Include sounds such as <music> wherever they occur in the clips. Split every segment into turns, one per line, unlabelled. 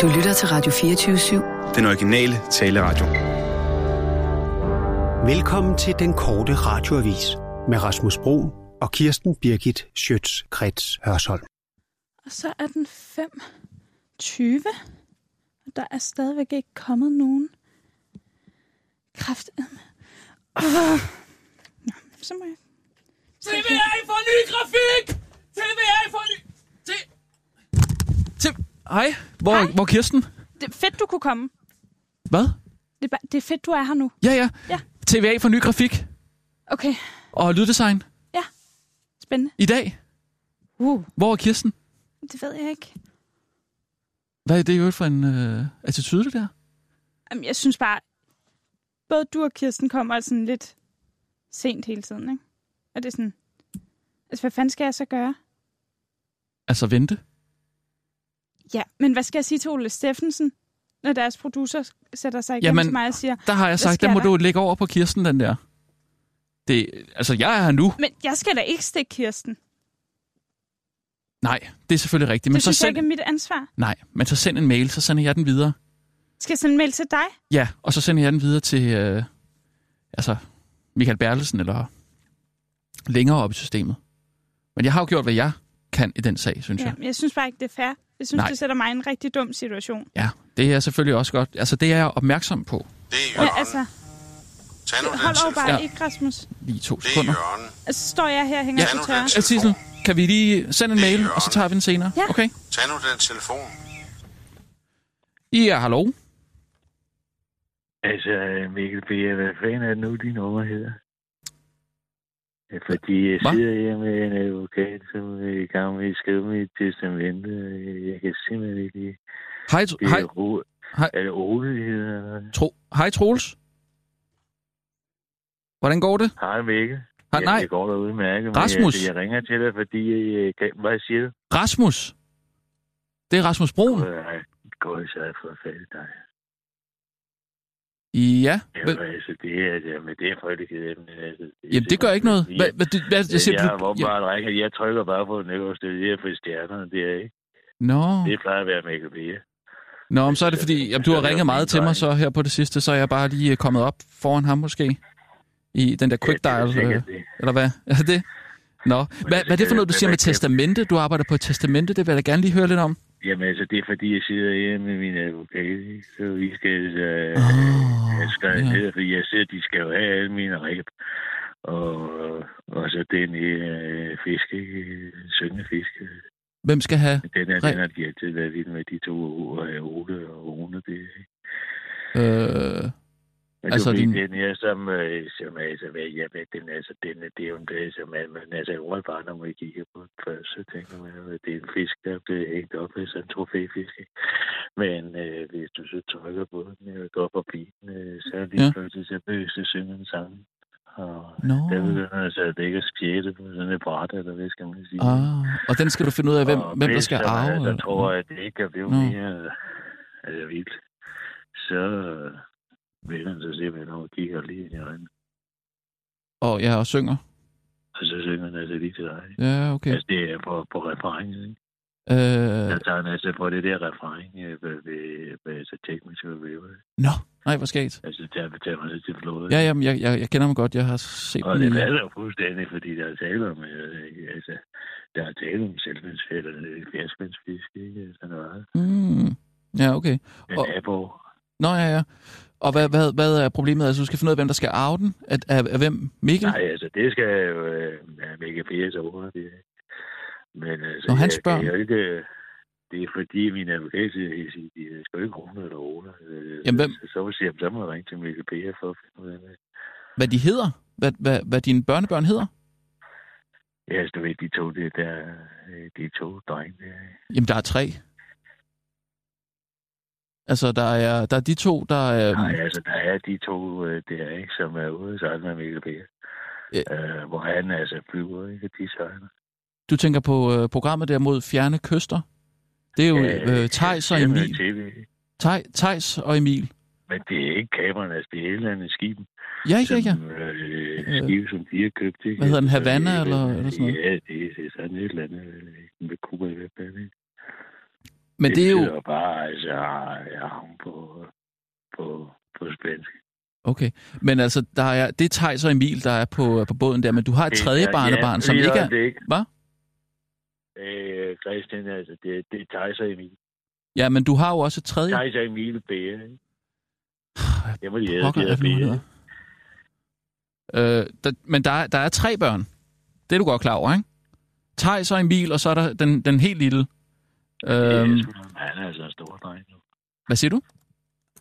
Du lytter til Radio 24-7.
Den originale taleradio.
Velkommen til den korte radioavis med Rasmus Bro og Kirsten Birgit Schøtz-Krets Hørsholm.
Og så er den 5.20, og der er stadigvæk ikke kommet nogen kraft. Oh. Nå, så må jeg...
TVA for ny grafik! TVA for ny... T- T- Hej, hvor,
Hej.
Hej. hvor er Kirsten?
Det er fedt, du kunne komme.
Hvad?
Det er, ba- det er fedt, du er her nu.
Ja, ja.
Ja.
TVA for ny grafik
Okay,
og lyddesign
spændende.
i dag.
Uh,
Hvor er Kirsten?
det ved jeg ikke.
Hvad er det i øvrigt for en øh, attitude, det der?
Jamen, jeg synes bare, både du og Kirsten kommer altså sådan lidt sent hele tiden, ikke? Og det er sådan... Altså, hvad fanden skal jeg så gøre?
Altså vente.
Ja, men hvad skal jeg sige til Ole Steffensen, når deres producer sætter sig igennem
Jamen,
til mig og siger,
Der har jeg sagt,
sker
den må
der?
du lægge over på Kirsten, den der. Det, altså, jeg er her nu.
men jeg skal da ikke stikke Kirsten.
Nej, det er selvfølgelig rigtigt. Men
det
så
synes jeg
send,
ikke er mit ansvar.
Nej, men så send en mail, så sender jeg den videre.
Skal jeg sende en mail til dig?
Ja, og så sender jeg den videre til øh, altså Michael Bertelsen eller længere op i systemet. Men jeg har jo gjort, hvad jeg kan i den sag, synes
Ja,
jeg.
men jeg synes bare ikke, det er fair. Jeg synes,
Nej.
Nej. det sætter mig i en rigtig dum situation.
Ja, det er jeg selvfølgelig også godt. Altså, det er jeg opmærksom på.
Det er
Men
Jørgen.
altså,
Tag nu den
hold over
telefon.
bare
Ja.
ja. ikke, Rasmus.
Lige to
Det er
sekunder.
Jørgen.
Altså, står jeg her og hænger
Ja.
på tørre.
Ja, Sissel, kan vi lige sende en mail, og så tager vi den senere?
Ja.
Okay.
Tag nu den telefon.
Ja, hallo.
Altså, Mikkel B., hvad fanden er det nu, din nummer hedder? Ja, Fordi jeg
Hva?
sidder her med en advokat, som er i gang med at skrive mit testament. og Jeg kan simpelthen ikke lide.
Hej, Tr-
Det
hej,
er, ro-
Hej.
er det rolighed eller noget?
tro, hej Troels. Hvordan går det?
Hej, Mikkel.
Hej,
ja,
nej,
Det går da udmærket, men
Rasmus.
Jeg, jeg ringer til dig, fordi øh, jeg kan... Hvad siger du?
Rasmus. Det er Rasmus Broen.
Nej, Gud, så har jeg fået fat i dig.
Ja, vel,
Jamen, altså, det er, jamen, det er frygtelig ked af, men altså, er
Jamen, det gør ikke noget.
simpelthen-
Hvad, hvad, hvad, hvad
Jeg,
siger
jeg,
du?
jeg, jeg, jeg trykker bare på den øverste, det er for stjernerne, det er ikke.
Nå,
Det plejer at være Michael Bia.
Nå men så er det fordi, jamen, du har ringet meget til mig så her på det sidste, så er jeg bare lige øh, kommet op foran ham måske. I den der quick
Ja, det er
dial,
sikkert
øh,
det.
eller hvad? <laughs> Er det det? Nå, hvad, hvad er det for noget, du siger med testamente? Du arbejder på et testamente, det vil jeg da gerne lige høre lidt om.
Jamen altså, det er fordi, jeg sidder her med min advokat, ikke? så vi skal altså...
Åh,
jeg skal
Ah, ja.
ned, fordi jeg sidder, de skal jo have alle mine ræb. Og, og så den her øh, fiske, øh, søndefisk, øh,
Hvem skal have
den er,
Ræb.
den har de altid været vild med, de to ord, øh, Ole og Rune, det ikke?
øh,
Men
Altså,
altså,
din-
din... den her, som, øh, som er, altså, hvad, ja, hvad, den, altså, den, det er jo en blæde, som man, man altså, jeg var bare, når man kigger på den først, så tænker man, at det er en fisk, der er blevet hængt op, altså en trofæfisk. ikke? Men øh, hvis du så trykker på den, og går forbi den, øh, så er det
Ja.
ja. pludselig, så bøges det synden sammen. Og
nå.
der begynder altså, at det ikke er spjætte på sådan et bræt, eller hvad skal man sige.
Ah, og den skal du finde ud af, hvem,
Og
hvem der
hvis
skal
der-
arve. øh, Mm.
Der
eller-
tror jeg, at det ikke kan blive
Nå.
mere altså, vildt. Så øh, vil han så se, hvornår og kigger lige ind i øjnene.
Og jeg og synger.
Og så synger han altså lige til dig. ikke?
Ja, okay.
Altså, det er på, på referencen, ikke?
Øh,
Der tager han altså på det der referent øh, ved, ved, ved så teknisk review. ikke?
nå, nej, hvor skægt.
Altså, der betaler man sig til flåde.
Ja, jamen, jeg, jeg, jeg kender ham godt, jeg har set
Og
dem
det
i-
falder jo fuldstændig, fordi der er tale om, øh, altså, der er tale om selvvandsfælde, eller fjerdsvandsfisk, ikke? Altså, Sådan noget.
Mm. Ja, okay.
En
Og-
nabo.
Nå, ja, ja. Og hvad, hvad, hvad er problemet? Altså, du skal finde ud af, hvem der skal arve den? At, af, af hvem? Mikkel?
Nej, altså, det skal jo øh, være mega pæs over. Det. Men altså,
Nå, hans
jeg,
børn.
Det er, jo ikke, det er fordi, min advokat siger, at de skal jo ikke rune eller Ola. Øh,
Jamen, hvem-
Så, så siger jeg, så må jeg ringe til Mikkel P. for at finde ud af det.
Hvad de hedder? Hvad, hvad, hvad dine børnebørn hedder?
Ja, altså, du ved, de to, det der, øh, de to drenge der.
Jamen, der er tre. Altså, der er, der er de to, der er...
Nej, altså, der er de to øh, der, ikke, som er ude sammen med Mikkel P.
Ja.
Øh, hvor han altså flyver, ikke, og de søgner.
Du tænker på øh, programmet der mod fjerne kyster. Det er jo øh, Tejs og
jamen,
Emil.
TV.
Tej- Tejs og Emil.
Men det er ikke kameraerne, altså, det er et eller andet skib,
Ja, ja, ja.
Som, øh, skive, som de har købt. Ikke?
Hvad hedder den,
Altså,
Havana,
øh,
eller- eller sådan noget?
Ja, det er sådan et eller andet øh, med Cuba i hvert fald. Ikke?
Men det er jo...
betyder bare, altså, jeg har ham på, på, på spansk.
Okay. Men altså, der er, det er Thijs og Emil, der er på, på båden der, men du har et tredje barnebarn, som
lige
ikke er...
øjeblik.
Hvad?
Øh, Christian, altså, det, det er Thijs og Emil.
Ja, men du har jo også et tredje...
Thijs og Emil Bære, ikke? Det må de hedde,
Pokker,
de
er det,
hedder
nu, han
Bære.
hedder? Øh, der, men der, er- der er tre børn. Det er du godt klar over, ikke? Thijs og Emil, og så er der den, den helt lille. Øhm,
Det er Asbjørn, Han er altså en stor dreng nu.
Hvad siger du?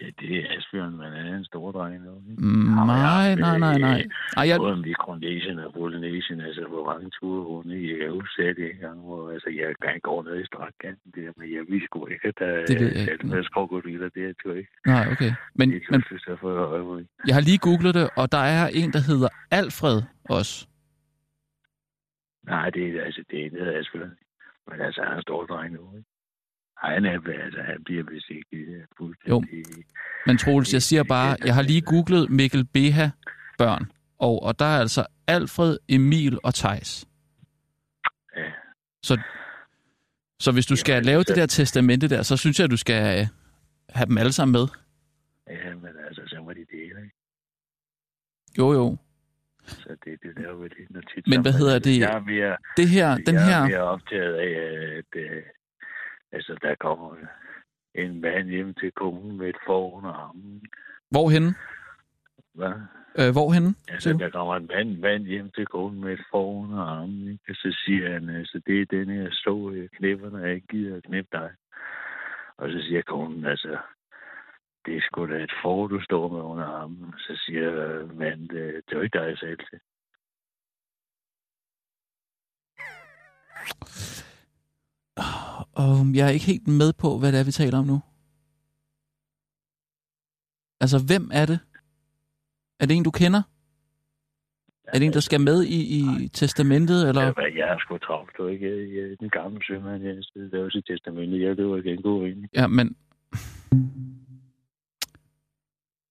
Ja, det er Asbjørn, men han er en stor dreng nu. ikke?
Mm,
Ham og
nej,
jeg,
nej, nej, nej.
øh,
Ej, jeg,
Både Mikronesien og Polynesien, altså hvor mange ture rundt i. Jeg kan huske det en gang, hvor altså, jeg kan gå ned i strakkanten der, men jeg vidste sgu ikke, at der
Det ved jeg ikke,
at der er skovgodiler der, tror jeg ikke.
nej, okay. Men,
Det
men
synes jeg, så får jeg øje på. det.
jeg har lige googlet det, og der er en, der hedder Alfred også.
Nej, det er altså, det er nede af Asbjørn. Men altså, han er en stor dreng nu, ikke? Ej, han, er, altså, han bliver vist ikke øh, fuldstændig... Jo.
Men Troels, jeg siger bare, jeg har lige googlet Mikkel Beha børn, og, og der er altså Alfred, Emil og Tejs.
Ja.
Så, så hvis du skal
Jamen, altså,
lave
så-
det der testamente der, så synes jeg, at du skal øh, have dem alle sammen med.
Ja, men altså, så må de dele, ikke?
Jo, jo.
Så det, det laver vi lidt noget tit.
Men
sammen.
hvad hedder det?
Jeg er mere,
Det her, Ah, den
jeg
her...
er mere optaget af, at øh, altså, der kommer en mand hjem til konen med et får under armen.
Hvorhenne?
Hvad?
Øh, hvorhenne?
Altså,
siger du?
der kommer en mand, mand hjem til konen med et får under armen, ikke? og så siger han, altså, det er den her stå øh, knipper, når jeg ikke gider at knippe dig. Og så siger konen, altså, det er sgu da et får, du står med under armen. Så siger øh, manden, øh, det er jo ikke dig selv.
Og jeg er ikke helt med på, hvad det er, vi taler om nu. Altså, hvem er det? Er det en, du kender? Er det en, der skal med i, i testamentet? Eller?
Ja, men jeg er sgu travlt, du ikke? Jeg, jeg, er den gamle sømand, jeg sidder der sit testamente. Jeg løber igen god ind.
Ja, men...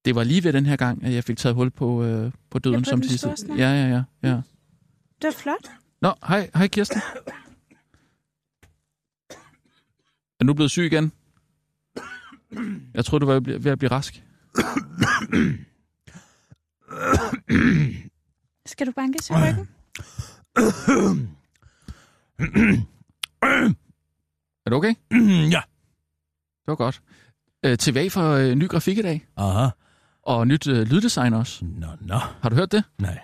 Det var lige ved den her gang, at jeg fik taget hul på, øh, på døden
Ja, på
som
den
sidste.
store snak.
Ja, ja, ja, ja.
Det er flot.
Nå, hej, hej Kirsten. Er du blevet syg igen? Jeg tror du var ved at blive- ved at blive rask.
Skal du bankes i ryggen?
Er du okay?
<clears throat> ja.
Det var godt. Øh, tilbage for øh, ny grafik i dag,
Aha.
og nyt øh, lyddesign også.
Nå, nå.
Har du hørt det?
Nej.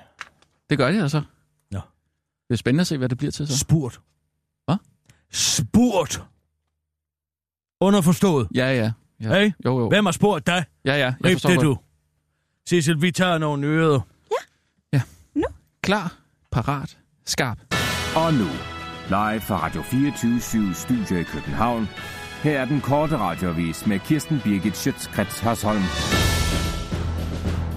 Det gør de altså.
Nå.
Det er spændende at se, hvad det bliver til så.
Spurt.
Hvad?
Spurt. Underforstået.
Ja, ja. ja.
Hey,
Jo, jo.
hvem har spurgt dig?
Ja, ja. Jeg
Rip
forstår
det,
godt.
du. Cecil, vi tager nogle ører.
Klar, parat, skarp.
Og nu, live fra Radio 24 Studio i København. Her er den korte radiovis med Kirsten Birgit Schøtzgrads Hasholm.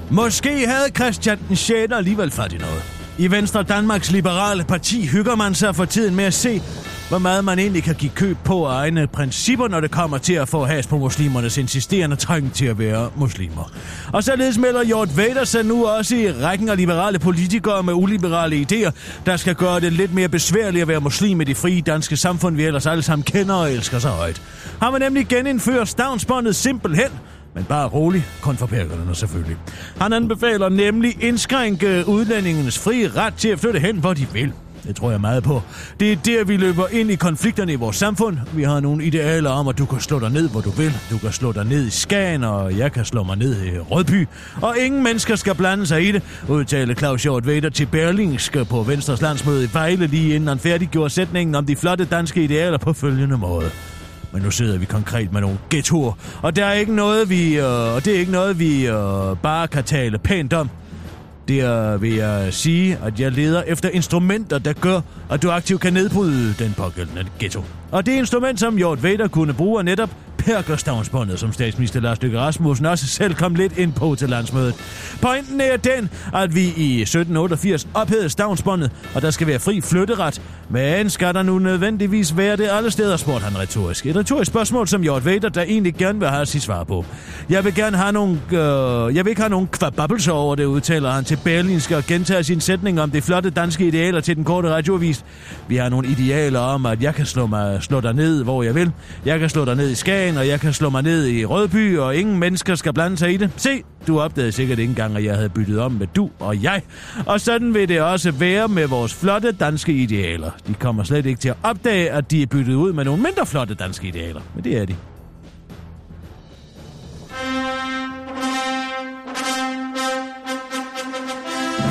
Måske havde Christian den 6. alligevel fat i noget. I Venstre Danmarks Liberale Parti hygger man sig for tiden med at se, hvor meget man egentlig kan give køb på af egne principper, når det kommer til at få has på muslimernes insisterende træng til at være muslimer. Og således melder Hjort Vader sig nu også i rækken af liberale politikere med uliberale idéer, der skal gøre det lidt mere besværligt at være muslim i det frie danske samfund, vi ellers alle sammen kender og elsker så højt. Har man nemlig genindført stavnsbåndet simpelthen, men bare rolig, kun for perkerne selvfølgelig. Han anbefaler nemlig indskrænke udlændingens frie ret til at flytte hen, hvor de vil. Det tror jeg meget på. Det er der, vi løber ind i konflikterne i vores samfund. Vi har nogle idealer om, at du kan slå dig ned, hvor du vil. Du kan slå dig ned i Skagen, og jeg kan slå mig ned i Rødby. Og ingen mennesker skal blande sig i det, udtalte Claus Hjort Vader til Berlingske på Venstres landsmøde i Vejle, lige inden han færdiggjorde sætningen om de flotte danske idealer på følgende måde. Men nu sidder vi konkret med nogle ghettoer, og der er ikke noget, vi, øh, og det er ikke noget, vi øh, bare kan tale pænt om. Det øh, vil jeg sige, at jeg leder efter instrumenter, der gør, at du aktivt kan nedbryde den pågældende ghetto. Og det instrument, som Hjort Vader kunne bruge, er netop her Gustavsbåndet, som statsminister Lars Løkke Rasmussen også selv kom lidt ind på til landsmødet. Pointen er den, at vi i 1788 ophævede stavnsbåndet, og der skal være fri flytteret. Men skal der nu nødvendigvis være det alle steder, spurgte han retorisk. Et retorisk spørgsmål, som Jort Vader, der egentlig gerne vil have sit svar på. Jeg vil gerne have nogle... Øh, jeg vil ikke have nogen kvababbelser over det, udtaler han til Berlinske og gentager sin sætning om det flotte danske idealer til den korte radioavis. Vi har nogle idealer om, at jeg kan slå, mig, slå dig ned, hvor jeg vil. Jeg kan slå dig ned i Skagen, og jeg kan slå mig ned i Rødby, og ingen mennesker skal blande sig i det. Se, du opdagede sikkert ikke engang, at jeg havde byttet om med du og jeg. Og sådan vil det også være med vores flotte danske idealer. De kommer slet ikke til at opdage, at de er byttet ud med nogle mindre flotte danske idealer. Men det er de.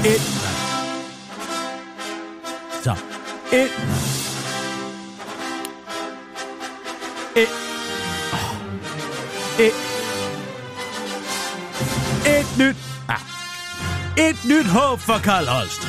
Et. Så. Et. Et. Et. Et nyt. Ah. Et nyt håb for Karl Holst.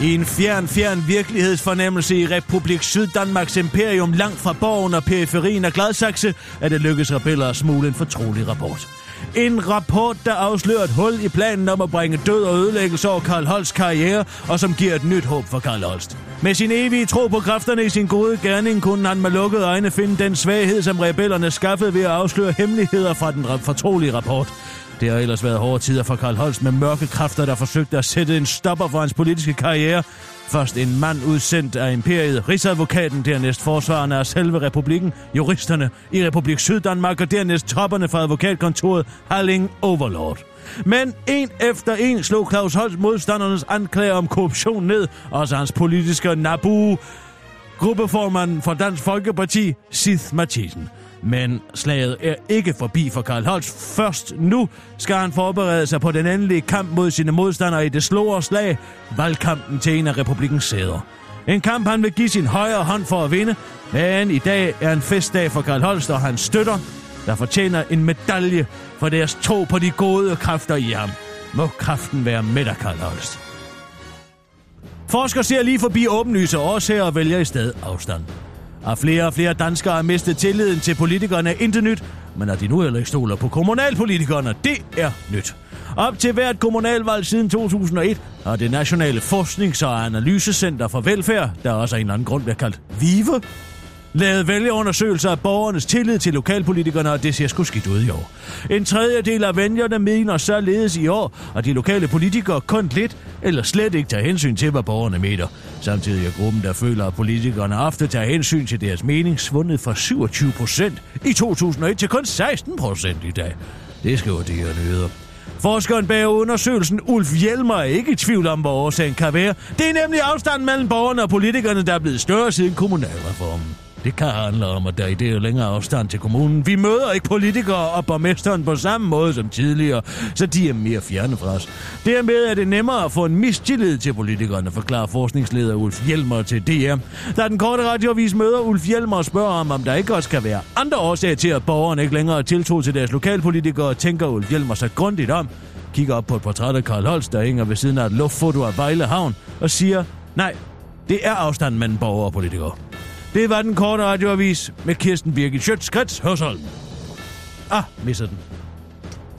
I en fjern, fjern virkelighedsfornemmelse i Republik Syddanmarks imperium langt fra borgen og periferien af Gladsaxe, er det lykkedes rebeller at smule en fortrolig rapport. En rapport, der afslører et hul i planen om at bringe død og ødelæggelse over Karl Holsts karriere, og som giver et nyt håb for Karl Holst. Med sin evige tro på kræfterne i sin gode gerning, kunne han med lukkede øjne finde den svaghed, som rebellerne skaffede ved at afsløre hemmeligheder fra den ra- fortrolige rapport. Det har ellers været hårde tider for Karl Holst med mørke kræfter, der forsøgte at sætte en stopper for hans politiske karriere. Først en mand udsendt af imperiet, rigsadvokaten, dernæst forsvarerne af selve republikken, juristerne i Republik Syddanmark og dernæst topperne fra advokatkontoret Halling Overlord. Men en efter en slog Claus Holst modstandernes anklager om korruption ned, også hans politiske nabu gruppeformanden for Dansk Folkeparti, Sith Mathisen. Men slaget er ikke forbi for Karl Holst. Først nu skal han forberede sig på den endelige kamp mod sine modstandere i det slåre slag, valgkampen til en af republikkens sæder. En kamp, han vil give sin højre hånd for at vinde, men i dag er en festdag for Karl Holst og hans støtter, der fortjener en medalje for deres tro på de gode kræfter i ham. Må kraften være med dig, Karl Holst. Forskere ser lige forbi åbenlyse årsager og vælger i stedet afstand. Og flere og flere danskere har mistet tilliden til politikerne er intet nyt, men at de nu heller ikke stoler på kommunalpolitikerne, det er nyt. Op til hvert kommunalvalg siden 2001 har det Nationale Forsknings- og Analysecenter for Velfærd, der også af en eller anden grund bliver kaldt VIVE, lavet vælgerundersøgelser af borgernes tillid til lokalpolitikerne, og det ser sgu skidt ud i år. En tredjedel af vælgerne mener således i år, at de lokale politikere kun lidt eller slet ikke tager hensyn til, hvad borgerne mener. Samtidig er gruppen, der føler, at politikerne ofte tager hensyn til deres mening, svundet fra 27 procent i 2001 til kun 16 procent i dag. Det skriver de her nyheder. Forskeren bag undersøgelsen, Ulf Hjelmer, er ikke i tvivl om, hvad årsagen kan være. Det er nemlig afstanden mellem borgerne og politikerne, der er blevet større siden kommunalreformen. Det kan handle om, at der i det er længere afstand til kommunen. Vi møder ikke politikere og borgmesteren på samme måde som tidligere, så de er mere fjerne fra os. Dermed er det nemmere at få en mistillid til politikerne, forklarer forskningsleder Ulf Hjelmer til DR. Da den korte radiovis møder Ulf Hjelmer og spørger ham, om der ikke også kan være andre årsager til, at borgerne ikke længere tiltro til deres lokalpolitikere, tænker Ulf Hjelmer sig grundigt om, kigger op på et portræt af Karl Holst, der hænger ved siden af et luftfoto af Vejle Havn, og siger, nej, det er afstanden mellem borgere og politikere. Det var den korte radioavis med Kirsten Birgit Schøtzgrads Hørsholm. Ah, misser den.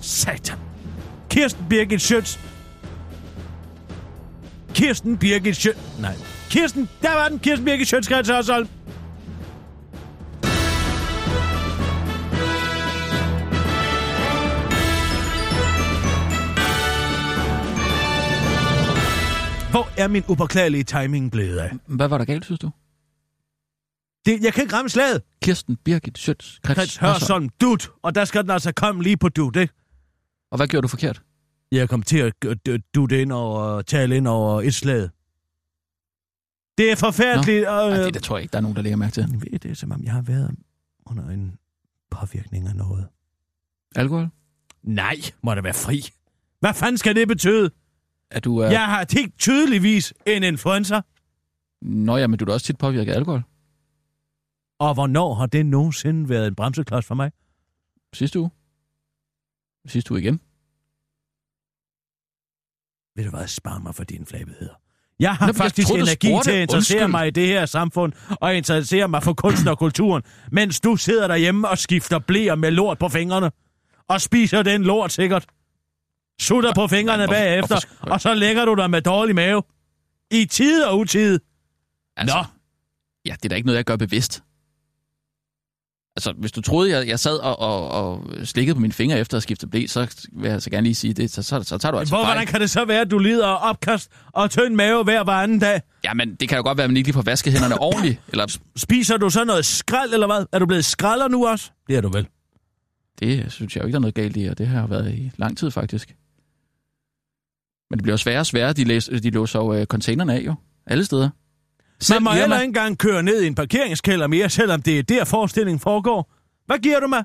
Satan. Kirsten Birgit Schøtz. Kirsten Birgit Schøtz. Nej. Kirsten, der var den. Kirsten Birgit Schøtzgrads Hørsholm. Hvor er min upåklagelige timing blevet af?
Hvad var der galt, synes du?
Det, jeg kan ikke ramme slaget.
Kirsten Birgit Schøtz.
Krets
Krets Hørsholm.
Hørsholm, dut, og der skal den altså komme lige på dut, ikke?
Og hvad gjorde du forkert?
Jeg kom til at dutte ind over, tale ind over et slag. Det er forfærdeligt. og,
Ej,
øh,
det, det tror jeg ikke, der er nogen, der lægger mærke til.
Jeg ved, det er som om, jeg har været under en påvirkning af noget.
Alkohol?
Nej, må der være fri. Hvad fanden skal det betyde?
Er du... Uh...
Ja. Jeg har helt tydeligvis en influencer.
Nå ja, men du er da også tit påvirket af alkohol.
Og hvornår har det nogensinde været en bremseklods for mig?
Sidste uge. Sidste uge igen.
Ved du hvad, spar mig for dine flabigheder. Jeg har
Nå, jeg
faktisk
troede, du
energi
spurgte.
til at interessere
Undskyld.
mig i det her samfund, og interessere mig for kunsten og kulturen, mens du sidder derhjemme og skifter blæer med lort på fingrene, og spiser den lort sikkert, sutter på fingrene
hvorfor-
bagefter,
hvorfor-
og så lægger du dig med dårlig mave. I tid og utid.
Altså,
Nå.
Ja, det er da ikke noget, jeg gør bevidst. Altså, hvis du troede, jeg, jeg sad og, og, og slikkede på mine fingre efter at skifte blæ, så vil jeg så gerne lige sige det. Så, så, så tager du altså
Hvor, hvordan
fejl.
kan det så være, at du lider af opkast og tynd mave hver hver anden dag?
Jamen, det kan jo godt være, at man ikke lige får vasket
<laughs>
hænderne ordentligt. Eller,
Spiser du så noget skrald, eller hvad? Er du blevet skralder nu også? Det er du vel.
det synes jeg jo ikke, der er noget galt i, og det har været i lang tid, faktisk. Men det bliver jo sværere og sværere. De, læs, de låser jo øh, containerne af, jo. Alle steder. Selv
Man må
Irma-
heller ikke engang køre ned i en parkeringskælder mere, selvom det er der forestillingen foregår. Hvad giver du mig?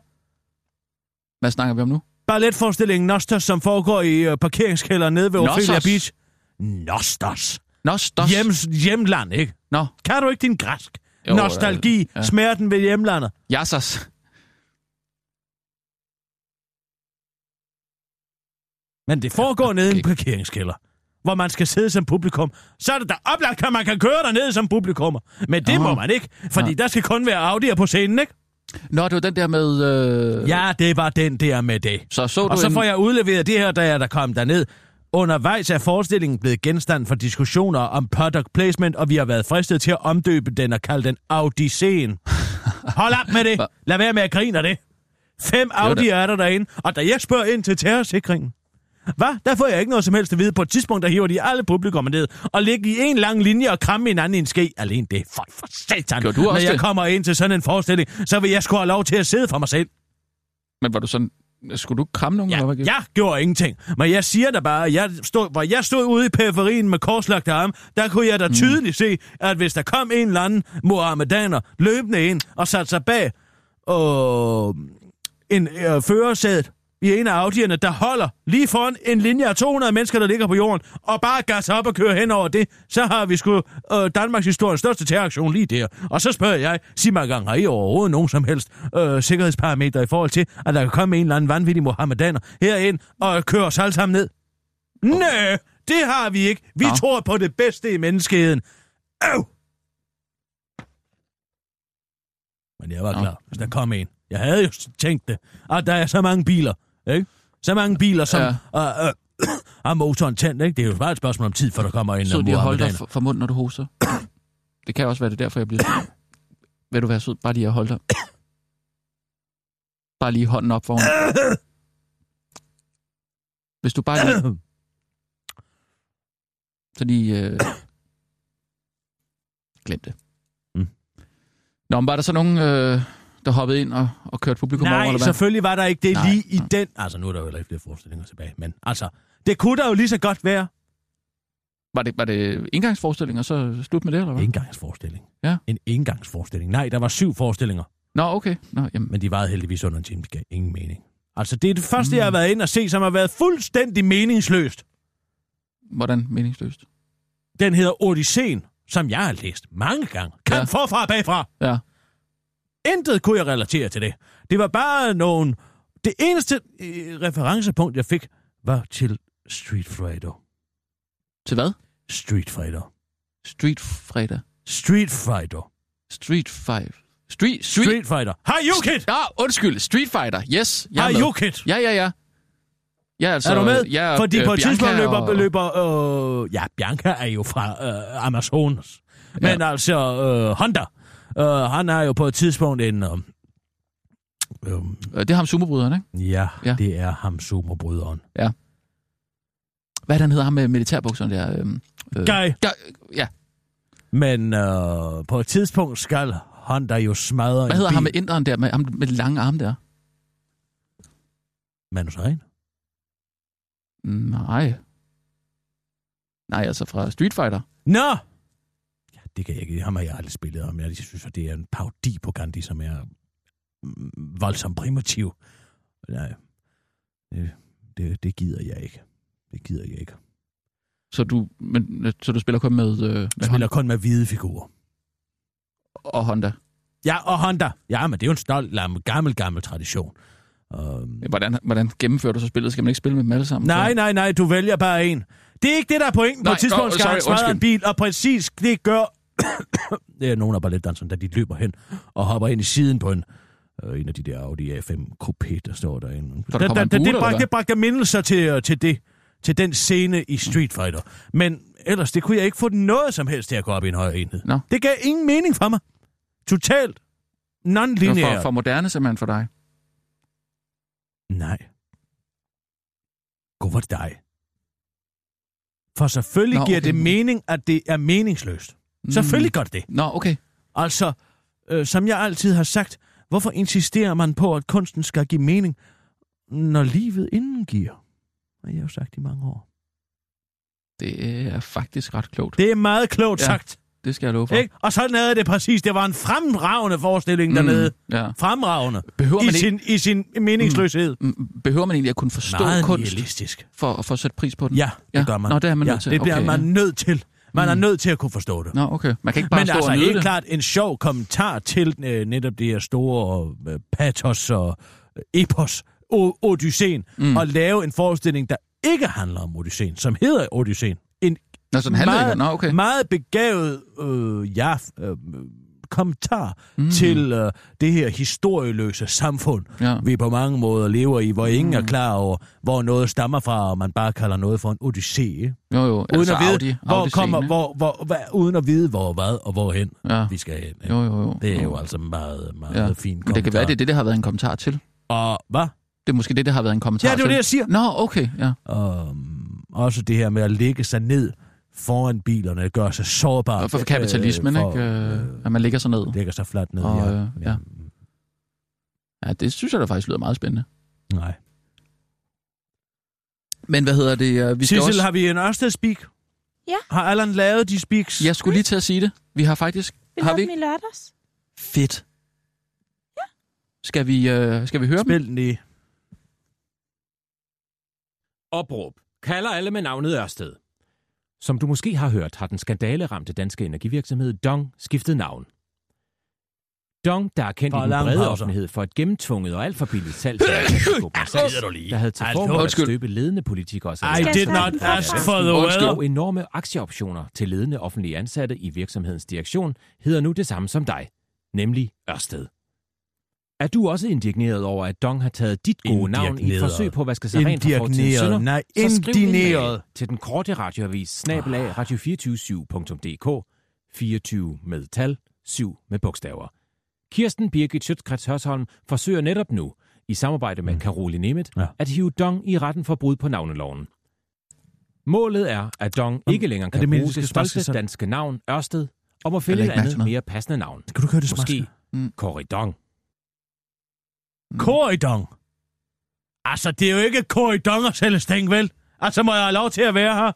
Hvad snakker vi om nu?
Balletforestillingen Nostos, som foregår i øh, parkeringskælderen nede ved
Nostos?
Ophelia Beach. Nostos.
Nå, stos.
Hjems, hjemland, ikke?
Nå,
Kan du ikke din græsk?
Jo,
Jo,
øh,
Nostalgi,
ja.
ja. smerten ved hjemlandet.
jassas.
Men det foregår
Ja,
nede i en
ikke.
parkeringskælder, hvor man skal sidde som publikum. Så er det da oplagt, at man kan køre dernede som publikummer. Men det
Nå.
må man ikke, fordi
Nå.
der skal kun være Audi'er på scenen, ikke?
Nå, det var den der med... Øh...
Ja, det var den der med det.
Så så du
Og så
en...
får jeg udleveret det her, da jeg der kom derned. Undervejs er forestillingen blevet genstand for diskussioner om product placement, og vi har været fristet til at omdøbe den og kalde den Audicen. Hold op med det! Lad være med at grine af det. Fem
var
Audi er der derinde, og da jeg spørger ind til terrorsikringen, hvad? Der får jeg ikke noget som helst at vide. På et tidspunkt, der hiver de alle publikummer ned og ligger i en lang linje og krammer hinanden i en ske. Alene det. For, for satan.
Gjorde du også
Når jeg
det?
kommer ind til sådan en forestilling, så vil jeg skulle have lov til at sidde for mig selv.
Men var du sådan... Skulle du ikke kramme nogen? eller hvad?
Ja, jeg gjorde ingenting. Men jeg siger da bare, at jeg stod, hvor jeg stod ude i periferien med korslagte arme, der kunne jeg da tydeligt se, at hvis der kom en eller anden muhammedaner løbende ind og satte sig bag og en øh, førersædet i en af Audierne, der holder lige foran en linje af 200 mennesker, der ligger på jorden, og bare gasser op og kører hen over det, så har vi sgu øh, Danmarks historiens største terroraktion lige der. Og så spørger jeg, sig mig engang, har I overhovedet nogen som helst øh, sikkerhedsparametre i forhold til, at der kan komme en eller anden vanvittig mohammedaner herind og køre os alle sammen ned? Næh, det har vi ikke. Vi
Nå.
tror på det bedste i menneskeheden. Øv! Men jeg var
Nå.
klar, hvis der kom en. Jeg havde jo tænkt det. Og der er så mange biler, ikke? Så mange biler, som
Ja.
ja. øh, øh, har motoren tændt, ikke? Det er jo bare et spørgsmål om tid, for der kommer en
Så
eller
lige
anden
og holde dig
muhammedaner.
for, <clears throat> for munden, når du hoster. <coughs> det kan også være, det er derfor, jeg bliver sådan. <coughs> Vil du være sød? Bare lige at holde dig. <coughs> Bare lige hånden op foran. <coughs> Hvis du bare lige... Så lige... Øh... <coughs> Glem det.
Mm.
Nå, men var der så nogen, øh, der hoppede ind og, og kørte publikum over,
Nej,
eller hvad?
selvfølgelig var der ikke det
Nej,
lige i
nej.
den... Altså, nu er der jo heller ikke flere forestillinger tilbage, men altså... Det kunne der jo lige så godt være.
Var det, var det indgangsforestilling, og så slut med det, eller hvad?
Engangsforestilling.
Ja.
En engangsforestilling. Nej, der var syv forestillinger.
Nå, okay. Nå, jamen.
men de varede heldigvis under en time. Det gav ingen mening. Altså, det er det første, mm. jeg har været ind og se, som har været fuldstændig meningsløst.
Hvordan meningsløst?
Den hedder Odysseen, som jeg har læst mange gange. Kan
Ja.
ja. forfra og bagfra.
Ja.
Intet kunne jeg relatere til det. Det var bare nogen... Det eneste øh, referencepunkt, jeg fik, var til Street Fighter.
Til hvad?
Street Fighter.
Street fredag.
Street Fighter.
Street 5. Street, street.
Street Fighter. Har you kid?
Ja, undskyld. Street Fighter. Yes. Jeg
Har
er med.
you kid?
Ja, ja, ja. Ja, altså,
Er du med?
Ja,
Fordi
øh,
på et
Bianca
tidspunkt løber...
og-
løber øh, ja, Bianca er jo fra øh, Amazonas. Men ja. altså, øh, Honda, øh, han er jo på et tidspunkt en... Øh, øh,
Øh, Det er ham sumobryderen, ikke?
ja,
Ja.
ja, det er ham superbryderen.
Hvad er det, han hedder ham med militærbukserne der? øhm, Øh,
Guy.
Guy. Ja,
Men øh, på et tidspunkt skal Honda jo smadre
hvad
en
hedder
bil.
ham med inderen der, med, ham med de lange arme der?
Manus Ren?
Nej. Nej, altså fra Street Fighter.
Nå! Ja, det kan jeg ikke. Ham har jeg aldrig spillet om. Jeg synes, at det er en parodi på Gandhi, som er mm, voldsomt primitiv. Nej, det, det, det gider jeg ikke. Det gider jeg ikke.
Så du, men, øh, så du spiller kun med, øh, med
Jeg spiller kun med hvide figurer.
Honda og Honda.
Ja, og Honda. Ja, men det er jo en stolt, lam- gammel, gammel tradition. Um,
Hvordan, hvordan gennemfører du så spillet? Skal man ikke spille med dem alle sammen?
nej,
så?
nej, nej, du vælger bare en. Det er ikke det, der er pointen. på
Nej,
et tidspunkt
åh,
skal
sorry,
han smadre en
undskyld.
bil, og præcis det gør... <coughs> det er nogle af balletdanserne, da de løber hen og hopper ind i siden på en, øh, en af de der Audi A5 Coupé, der står derinde.
Så der kommer en
det,
buler,
det, bragte,
eller?
det bragte mindelser til, øh, til, det, til den scene i Street Fighter. Men ellers, det kunne jeg ikke få noget som helst til at gå op i en højere enhed.
Nå.
Det gav ingen mening for mig. Totalt
Det var
non-lineært.
for, for moderne simpelthen for dig.
Nej. God for dig. For selvfølgelig
Nå,
Nå, giver
okay.
det mening, at det er meningsløst. Mm. Selvfølgelig gør det det.
Nå, okay.
Altså, øh, som jeg altid har sagt, hvorfor insisterer man på, at kunsten skal give mening, når livet inden giver? Har jeg jo sagt i mange år.
Det er faktisk ret klogt. Det,
Det er meget klogt
Ja,
ja, sagt.
det skal jeg love for.
Ikke? Og sådan havde jeg det præcis. Det var en fremragende forestilling mm. dernede.
Ja.
Fremragende.
Behøver man
I sin, I sin meningsløshed. Mm.
Mm, Behøver man egentlig at kunne forstå
Meget
kunst
nihilistisk.
for, for at få sat pris på den?
Ja, det gør man.
Nå, det er man
ja,
nødt til.
Det bliver
okay,
man
ja. Mm.
nødt til. Man er nødt til at kunne forstå det.
Nå, okay. Man kan ikke bare
Men
stå
altså
og nyde
helt
det.
klart en sjov kommentar til øh, netop det her store øh, patos og øh, epos, o- Odysseen, mm. og lave en forestilling, der ikke handler om Odysseen, som hedder Odysseen. En
Nå, så den handler ikke.
meget,
Nå, okay.
meget begavet øh, ja, øh, kommentar mm. til øh, det her historieløse samfund,
Ja. Mm.
vi på mange måder lever i, hvor ingen er klar over, hvor noget stammer fra, og man bare kalder noget for en odyssee. ikke?
Jo, jo.
Uden
altså
at vide,
Audi,
hvor
Audi
kommer, hvor, hvor, hvor, uden at vide, hvor hvad og hvorhen
Ja.
vi skal hen. ikke?
Jo, jo, jo.
Det er jo
Jo.
altså meget, meget
Ja.
ja. fint
Men det kan være, det er
det.
det, der har været en kommentar til.
Og hvad?
Det er måske det, der har været en kommentar
Ja, det er
til.
jo det, jeg siger.
Nå, okay. Ja.
Um, også det her med at lægge sig ned foran bilerne, gør sig sårbar.
For, for kapitalismen,
øh,
øh,
for-
ikke? Øh, at man ligger sig ned.
Lægger sig fladt ned.
Og,
ja. Mm,
øh, ja. Ja, det synes jeg da faktisk lyder meget spændende.
Nej.
Men hvad hedder det? øh, Vi skal
Sissel,
også...
har vi en Ørsted speak?
Ja.
Har Allan lavet de speaks?
Jeg skulle lige til at sige det. Vi har faktisk...
Vi
har
lavede
vi
dem i lørdags.
Fedt. Ja. Skal vi, øh, skal vi høre dem?
Spil den lige.
Opråb kalder alle med navnet Ørsted. Som du måske har hørt, har den skandaleramte danske energivirksomhed Dong skiftet navn. Dong, der er kendt
For
i den
lange
brede
pauser.
offentlighed for et gennemtvunget og alt for billigt salg til alkoholgruppen
du lige.
der havde til
Ej,
formål at
undskyld.
støbe ledende politikere
I
Skal
did
jeg
not
starte den
ask
forfra?
for the
Undskyld.
weather.
og enorme aktieoptioner til ledende offentlige ansatte i virksomhedens direktion hedder nu det samme som dig, nemlig Ørsted. Er du også indigneret over, at Dong har taget dit gode navn i et
Indigneret.
forsøg på at vaske sig rent fra fortidens
Indigneret.
synder?
Nej,
så skriv en mail
indigneret. Ah.
til den korte radioavis snabelag radio247.dk 24 med tal, 7 med bogstaver. Kirsten Birgit Schøtzgrads Hørsholm forsøger netop nu, i samarbejde med Caroline Nemeth,
Mm. Ja.
ja. at hive Dong i retten for brud på navneloven. Målet er, at Dong ikke længere
det
kan
meningen,
bruge
det skal
det
smaske
stolte
sådan?
danske navn Ørsted, og må
Jeg
finde et
lagde ikke mærke til
andet
noget.
mere passende navn.
Kan du køre det smaske?
Måske
Mm.
Corridong.
Mm. Korridong. Altså, det er jo ikke korridong og sælge stæng, vel? Altså, må jeg have lov til at være her?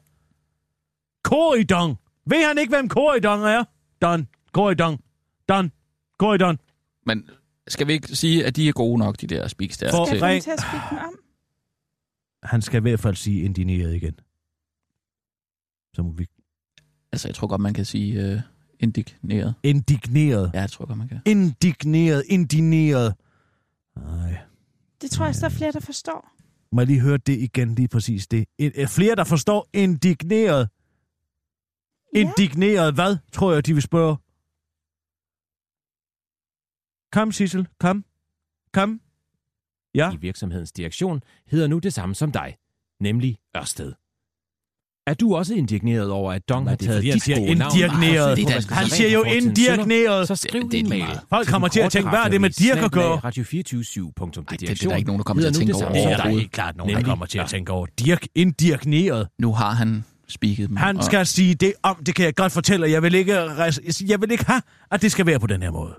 Korridong. Ved han ikke, hvem korridong er? Don. Korridong. Don. Korridong.
Men skal vi ikke sige, at de er gode nok, de der speaks der? Altså,
For-
til?
Skal jeg komme til at spikke den om?
Han skal i hvert fald sige indineret igen. Så må vi...
Altså, jeg tror godt, man kan sige øh, indigneret.
Indigneret.
Ja, jeg tror godt, man kan.
Indigneret. Indineret. Nej.
Det tror jeg, der er flere, der forstår.
Må jeg lige høre det igen, lige præcis det. Et, et, flere, der forstår indigneret.
Ja.
Indigneret hvad, tror jeg, de vil spørge. Kom, Sissel, kom. Kom. Ja,
i virksomhedens direktion hedder nu det samme som dig, nemlig Ørsted. Er du også indigneret over, at Dong har
det er
taget
fordi, han
dit
siger
gode navn? Altså,
indigneret.
og forsøgt på at
Han
vaske
han
sig
siger
rent
jo
for fortidens synder?
indigneret.
Så skriv
det er
en
lige
mail.
meget.
Folk kommer til at tænke, hvad er det med Dirk at gøre?
Ej, det er
radio247.dk.
det, der er ikke nogen, der kommer til at tænke over
Det er der
overhovedet.
helt klart nogen, der
Nemlig.
kommer til at tænke over. Dirk, indigneret.
Nu har han speaket dem.
Mm. Han
og-
skal sige det om, det kan jeg godt fortælle, og jeg vil ikke, res- jeg vil ikke have, at det skal være på den her måde.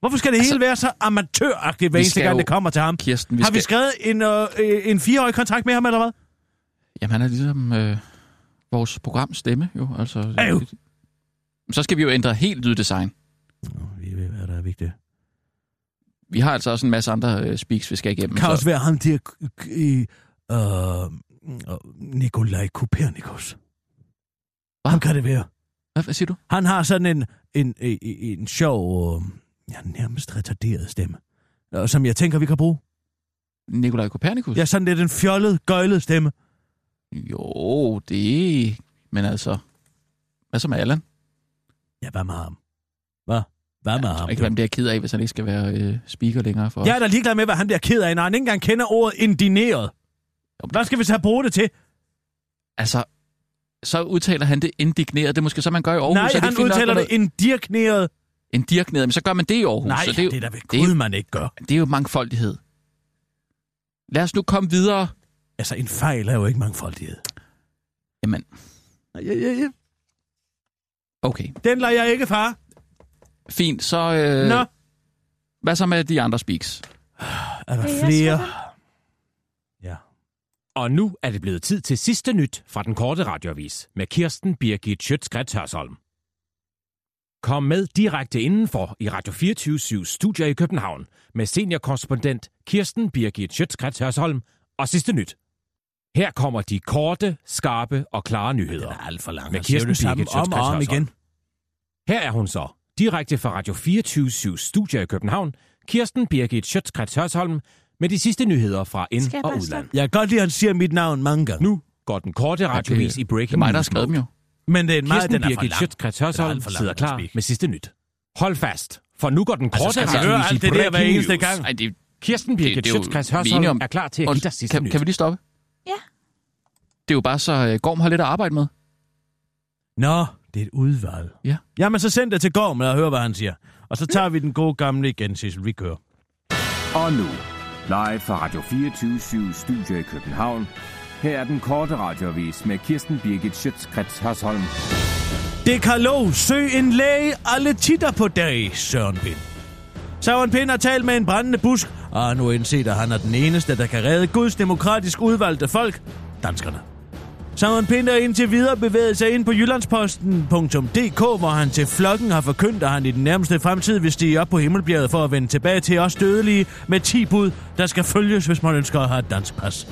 Hvorfor skal det
Altså,
hele være så amatøragtigt, hver
vi
eneste
skal
gang
jo-
det kommer til ham?
Kirsten, vi
Vi har
skal...
vi skrevet en, øh, øh, en fireårig kontrakt med ham, eller hvad?
Jamen, han er ligesom øh, vores programs stemme, jo. Altså,
Øv!
Så skal vi jo ændre helt lyddesign.
Vi ved, hvad der er vigtigt.
Vi har altså også en masse andre øh, speaks, vi skal igennem.
Det kan
så-
også være ham der, øh, øh, Nikolaj Kopernikus. Ham kan det være.
Hvad, hvad siger du?
Han har sådan en, en, en, en sjov, øh, ja, nærmest retarderet stemme, øh, som jeg tænker, vi kan bruge.
Nikolaj Kopernikus?
Ja, sådan lidt en fjollet, gøjlet stemme.
Jo, det... Men altså... Hvad så med Allan?
Ja, hvad med ham? Hvad? Hvad med
Jeg tror
ham?
ikke, hvad det er ked af, hvis han ikke skal være øh, speaker længere for os.
Jeg er da ligeglad med, hvad han bliver ked af, når han ikke engang kender ordet indineret.
men-
Hvad skal vi så bruge det til?
Altså, så udtaler han det indigneret. Det er måske så, man gør i Aarhus.
Nej,
så er
han
fint nok,
udtaler
når
det indirkneret.
der- Indirgneret, men så gør man det i Aarhus.
Nej,
så
det, er da ved
det er
Gud,
jo-
man ikke gør.
det er jo mangfoldighed. Lad os nu komme videre.
Altså, en fejl er jo ikke mangfoldighed.
Jamen,
Ja, ja, ja.
okay.
Den lader jeg ikke, far.
Fint, så... Øh,
Nå,
Hvad så med de andre speaks?
er der
Det er jeg
flere? Ja.
Og nu er det blevet tid til sidste nyt fra den korte radiovis med Kirsten Birgit Schøtzgrads Hørsholm. Kom med direkte indenfor i Radio 24 studier i København med seniorkorrespondent Kirsten Birgit Schøtzgrads Hørsholm og sidste nyt. Her kommer de korte, skarpe og klare nyheder.
Den er alt for lang.
Med
Han siger jo
Kirsten
det samme
Birgit
om og om
Schøtz-Krets
igen.
Her er hun så, direkte fra Radio 24 studier i København, Kirsten Birgit Schøtzgrads Hørsholm med de sidste nyheder fra ind-
Skal jeg
og
bare
udland.
Jeg kan godt lide, at han siger mit navn mange gange. Nu.
Nu går den korte radiovis i
Det er
Breaking
mig, der har
News
skrevet dem
mode.
jo.
Men det er en meget,
Kirsten
den er for
Birgit
lang.
Schøtzgrads
Den er Altså,
Hørsholm
alt for lang,
sidder
den
klar
speak.
med sidste nyt. Hold fast, for nu går den korte
skal
altså,
jeg
høre
radiovis i
alt det der hver
Breaking
eneste
News.
gang?
Ej, det,
Kirsten
Det-
Birgit
det er jo-
Schøtzgrads
vi er enige
Hørsholm
om-
er klar til at give dig
og,
sidste
kan,
nyt.
kan vi lige stoppe?
Ja.
Det er jo bare så, øh, Gorm har lidt at arbejde med.
Nå, det er et udvalg.
Ja.
Jamen, så send det til Gorm og hør, hvad han siger. Og så tager vi den gode gamle igen, Sissel. Vi kører.
Og nu, live fra Radio 24 Studio i København. Her er den korte radiovis med Kirsten Birgit Schøtzgrads Hasholm.
Dekalog, søg en læge alle titter på dag, Søren Pind. Søren Pind har talt med en brændende busk, og har nu indset, at han er den eneste, der kan redde Guds demokratisk udvalgte folk, danskerne. Søren Pind er indtil videre bevæget sig ind på jyllandsposten.dk, hvor han til flokken har forkyndt, at han i den nærmeste fremtid vil stige op på himmelbjerget for at vende tilbage til os dødelige med 10 bud, der skal følges, hvis man ønsker at have et dansk pas.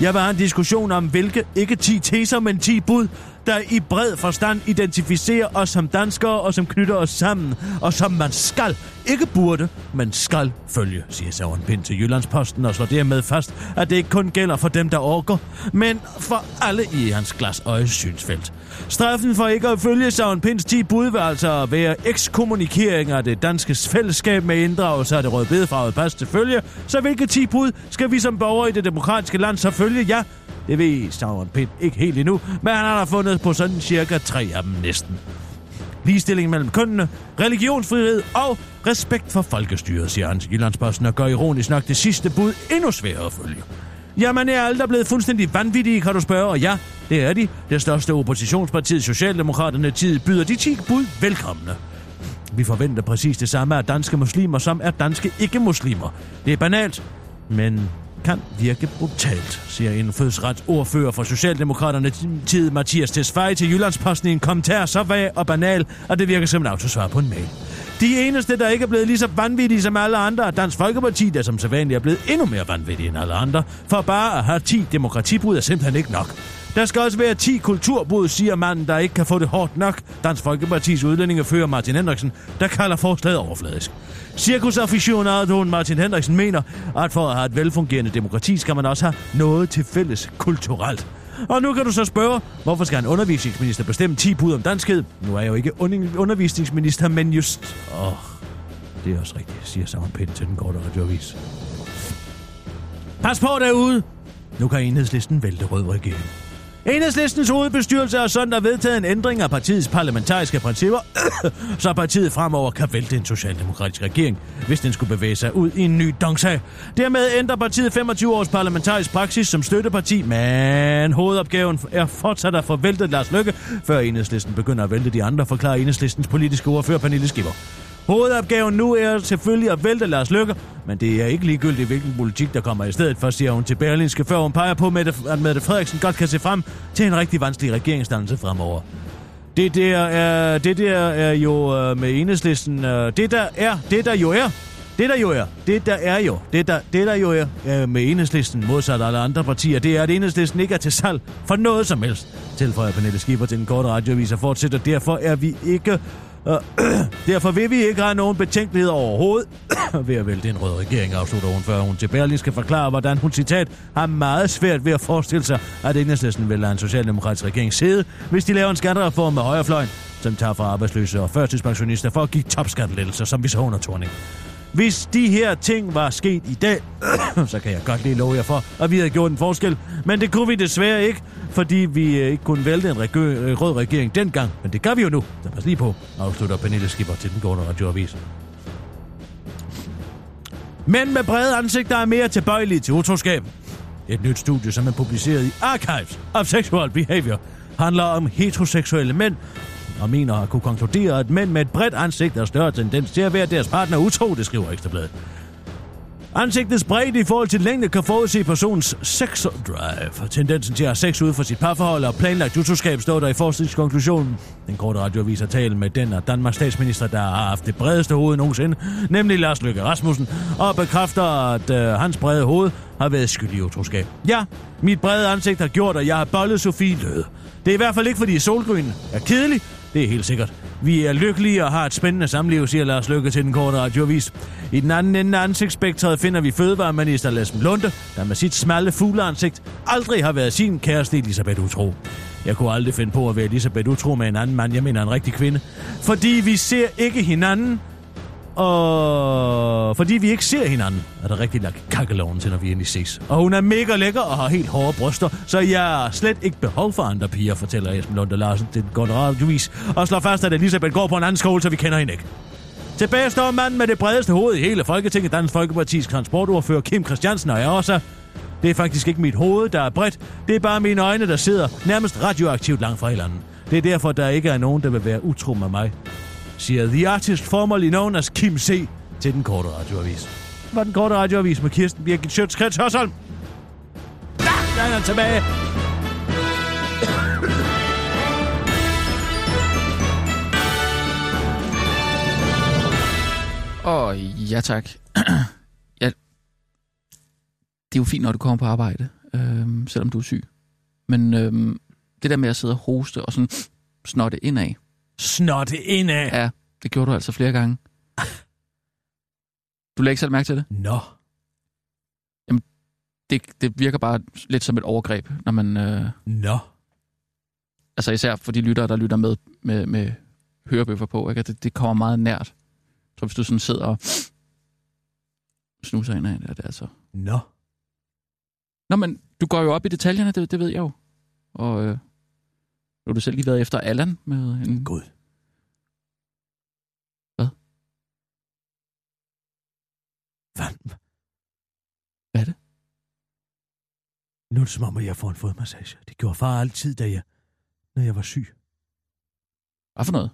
Jeg vil have en diskussion om, hvilke ikke 10 teser, men 10 bud, der i bred forstand identificerer os som danskere og som knytter os sammen, og som man skal, ikke burde, men skal følge, siger Søren Pind til Jyllandsposten og slår dermed fast, at det ikke kun gælder for dem, der orker, men for alle i hans glasøjes synsfelt. Straffen for ikke at følge Søren Pinds 10 bud vil altså være ekskommunikering af det danske fællesskab med inddragelse af det rødbedefarvede pas til følge, så hvilke 10 bud skal vi som borgere i det demokratiske land så følge? Ja, det ved Søren Pind ikke helt endnu, men han har da fundet på sådan cirka tre af dem næsten. Ligestilling mellem kønnene, religionsfrihed og respekt for folkestyret, siger han til Jyllandsposten og gør ironisk nok det sidste bud endnu sværere at følge. Jamen, er alle der blevet fuldstændig vanvittige, kan du spørge, og ja, det er de. Det største oppositionsparti, Socialdemokraterne, tid byder de 10 bud velkomne. Vi forventer præcis det samme af danske muslimer, som er danske ikke-muslimer. Det er banalt, men kan virke brutalt, siger indfødsretsordfører for Socialdemokraterne tid Mathias Tesfaye til Jyllandsposten i en kommentar så vag og banal, at det virker som et autosvar på en mail. De eneste, der ikke er blevet lige så vanvittige som alle andre, er Dansk Folkeparti, der som sædvanligt er blevet endnu mere vanvittige end alle andre, for bare at have 10 demokratibrud er simpelthen ikke nok. Der skal også være 10 kulturbrud, siger manden, der ikke kan få det hårdt nok. Dansk Folkepartis udlændingefører Martin Hendriksen, der kalder forslaget overfladisk. Cirkusaficionadoen Martin Hendriksen mener, at for at have et velfungerende demokrati, skal man også have noget til fælles kulturelt. Og nu kan du så spørge, hvorfor skal en undervisningsminister bestemme 10 bud om danskhed? Nu er jeg jo ikke un- undervisningsminister, men just... Åh, oh, det er også rigtigt, siger Søren Pind til den korte radioavis. Pas på derude! Nu kan enhedslisten vælte rød regering. Enhedslistens hovedbestyrelse har søndag vedtaget en ændring af partiets parlamentariske principper, <coughs> så partiet fremover kan vælte en socialdemokratisk regering, hvis den skulle bevæge sig ud i en ny dongsag. Dermed ændrer partiet 25 års parlamentarisk praksis som støtteparti, men hovedopgaven er fortsat at få væltet Lars Løkke, før enhedslisten begynder at vælte de andre, forklarer enhedslistens politiske ordfører Pernille Skipper. Hovedopgaven nu er selvfølgelig at vælte Lars Løkke, men det er ikke ligegyldigt, hvilken politik der kommer i stedet for, siger hun til Berlinske, før hun peger på, Mette, at Mette Frederiksen godt kan se frem til en rigtig vanskelig regeringsdannelse fremover. Det der er, det der er jo øh, med enhedslisten, øh, det der er, det der jo er, det der jo er, det der er jo, det der, det der jo er øh, med enhedslisten modsat alle andre partier, det er, at enhedslisten ikke er til salg for noget som helst, tilføjer Pernille Schieber til den korte radioavis og fortsætter. Derfor er vi ikke Og Øh, <clears throat> derfor vil vi ikke have nogen betænkeligheder overhovedet <clears throat> ved at vælte en rød regering, afslutter hun, før hun til Berlin skal forklare, hvordan hun, citat, har meget svært ved at forestille sig, at enhedslisten vil lade en socialdemokratisk regering sidde, hvis de laver en skattereform med højrefløjen, som tager fra arbejdsløse og førtidspensionister for at give topskattelettelser, som vi så under Torning. Hvis de her ting var sket i dag, <clears throat> så kan jeg godt lige love jer for, at vi havde gjort en forskel. Men det kunne vi desværre ikke, fordi vi øh, ikke kunne vælte en regø- øh, rød regering dengang. Men det gør vi jo nu, så pas lige på, afslutter Pernille Skipper til den gående radioavis. Mænd med brede ansigter er mere tilbøjelige til utroskab. Et nyt studie, som er publiceret i Archives of Sexual Behavior, handler om heteroseksuelle mænd, og mener at kunne konkludere, at mænd med et bredt ansigt har større tendens til at være deres partner utro, det skriver Ekstrabladet. Ansigtets bredde i forhold til længde kan forudse personens sex drive. Tendensen til at have sex ud for sit parforhold og planlagt utroskab står der i forskningskonklusionen. Den korte radioavis har talt med den af Danmarks statsminister, der har haft det bredeste hoved nogensinde, nemlig Lars Løkke Rasmussen, og bekræfter, at øh, hans brede hoved har været skyld i utroskab. Ja, mit brede ansigt har gjort, at jeg har bollet Sofie Løde. Det er i hvert fald ikke, fordi solgrøn er kedelig. Det er helt sikkert. Vi er lykkelige og har et spændende samliv, siger Lars Løkke til den korte radioavis. I den anden ende af ansigtsspektret finder vi fødevareminister Lassen Lunde, der med sit smalle fugleansigt aldrig har været sin kæreste Elisabeth Utro. Jeg kunne aldrig finde på at være Elisabeth Utro med en anden mand, jeg mener en rigtig kvinde. Fordi vi ser ikke hinanden, og fordi vi ikke ser hinanden, er der rigtig lagt kakkeloven til, når vi endelig ses. Og hun er mega lækker og har helt hårde bryster, så jeg har slet ikke behov for andre piger, fortæller Esben Lunde Larsen til Gunnar Louise, og slår fast, at Elisabeth går på en anden skole, så vi kender hende ikke. Tilbage står manden med det bredeste hoved i hele Folketinget, Dansk Folkepartis transportordfører Kim Christiansen og jeg også. Det er faktisk ikke mit hoved, der er bredt. Det er bare mine øjne, der sidder nærmest radioaktivt langt fra hinanden. Det er derfor, der ikke er nogen, der vil være utro med mig siger The Artist, formerly known as Kim C., til den korte radioavis. Det var den korte radioavis med Kirsten Birgit Sjøtskrets Hørsholm. Der er han tilbage.
Åh, ja tak. <clears throat> ja. Det er jo fint, når du kommer på arbejde, øhm, selvom du er syg. Men øhm, det der med at sidde og hoste og sådan snotte indad,
Snotte indad.
ja, det gjorde du altså flere gange. Du lagde ikke selv mærke til det?
Nå.
det? Det virker bare lidt som et overgreb, når man... Øh,
Nå.
altså især for de lyttere, der lytter med med, med hørebøffer på, ikke? At Det, det kommer meget nært. Så hvis du sådan sidder og <sniffs> snuser ind af det, er det altså...
Nå.
Nå, men du går jo op i detaljerne, det, det ved jeg jo. Og øh, nu har du selv lige været efter Allan med en...
God.
Hvad?
Hvad?
Hvad er det?
Nu er det som om, at jeg får en fodmassage. Det gjorde far altid, da jeg, når jeg var syg.
Hvad for noget?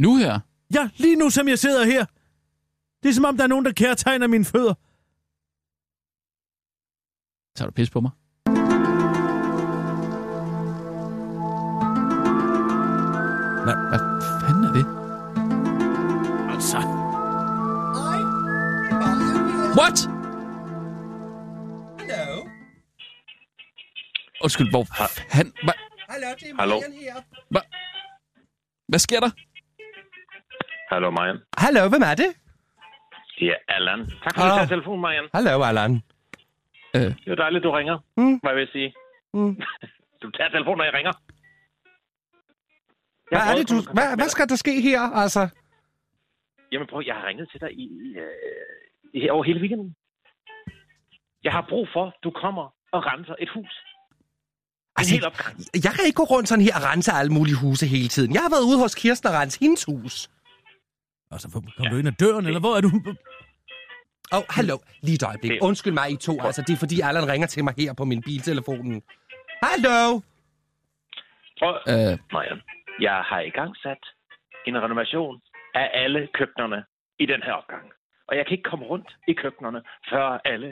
Nu her?
Ja, lige nu, som jeg sidder her. Det er som om, der er nogen, der kærtegner mine fødder.
Tager du pis på mig?
Nej.
Hvad fanden er det?
Altså.
What? Hello? Undskyld, hvor han... Hva,
Hallo?
hvad sker der?
Hallo, Marian.
Hallo, hvem er det?
Det er Allan. Tak for at du
Hallo.
tager telefonen, Marian.
Hallo, Allan.
Det er dejligt, du ringer. Mm. Hvad vil jeg sige?
Mm.
<laughs> du tager telefonen, når jeg ringer. Jeg
Hvad er
prøvede
det,
at
du...
komme i kontakt
Hvad,
med
hvad
dig.
skal der ske her, altså?
Jamen prøv, jeg har ringet til dig i, i, øh, i, over hele weekenden. Jeg har brug for, at du kommer og renser et hus. En
Altså,
hel opgang.
Jeg kan ikke gå rundt sådan her og rense alle mulige huse hele tiden. Jeg har været ude hos Kirsten og rense hendes hus.
Altså, hvor- kom du ind ad døren, eller hvor er du?
Åh, oh, hallo. Lige et øjeblik.
Det-
Undskyld mig, I to. Altså, det er fordi, Allan ringer til mig her på min biltelefonen. Hallo!
Prøv,
Øh,
Marian. Jeg har i gang sat en renovation af alle køkkenerne i den her opgang. Og jeg kan ikke komme rundt i køkkenerne, før alle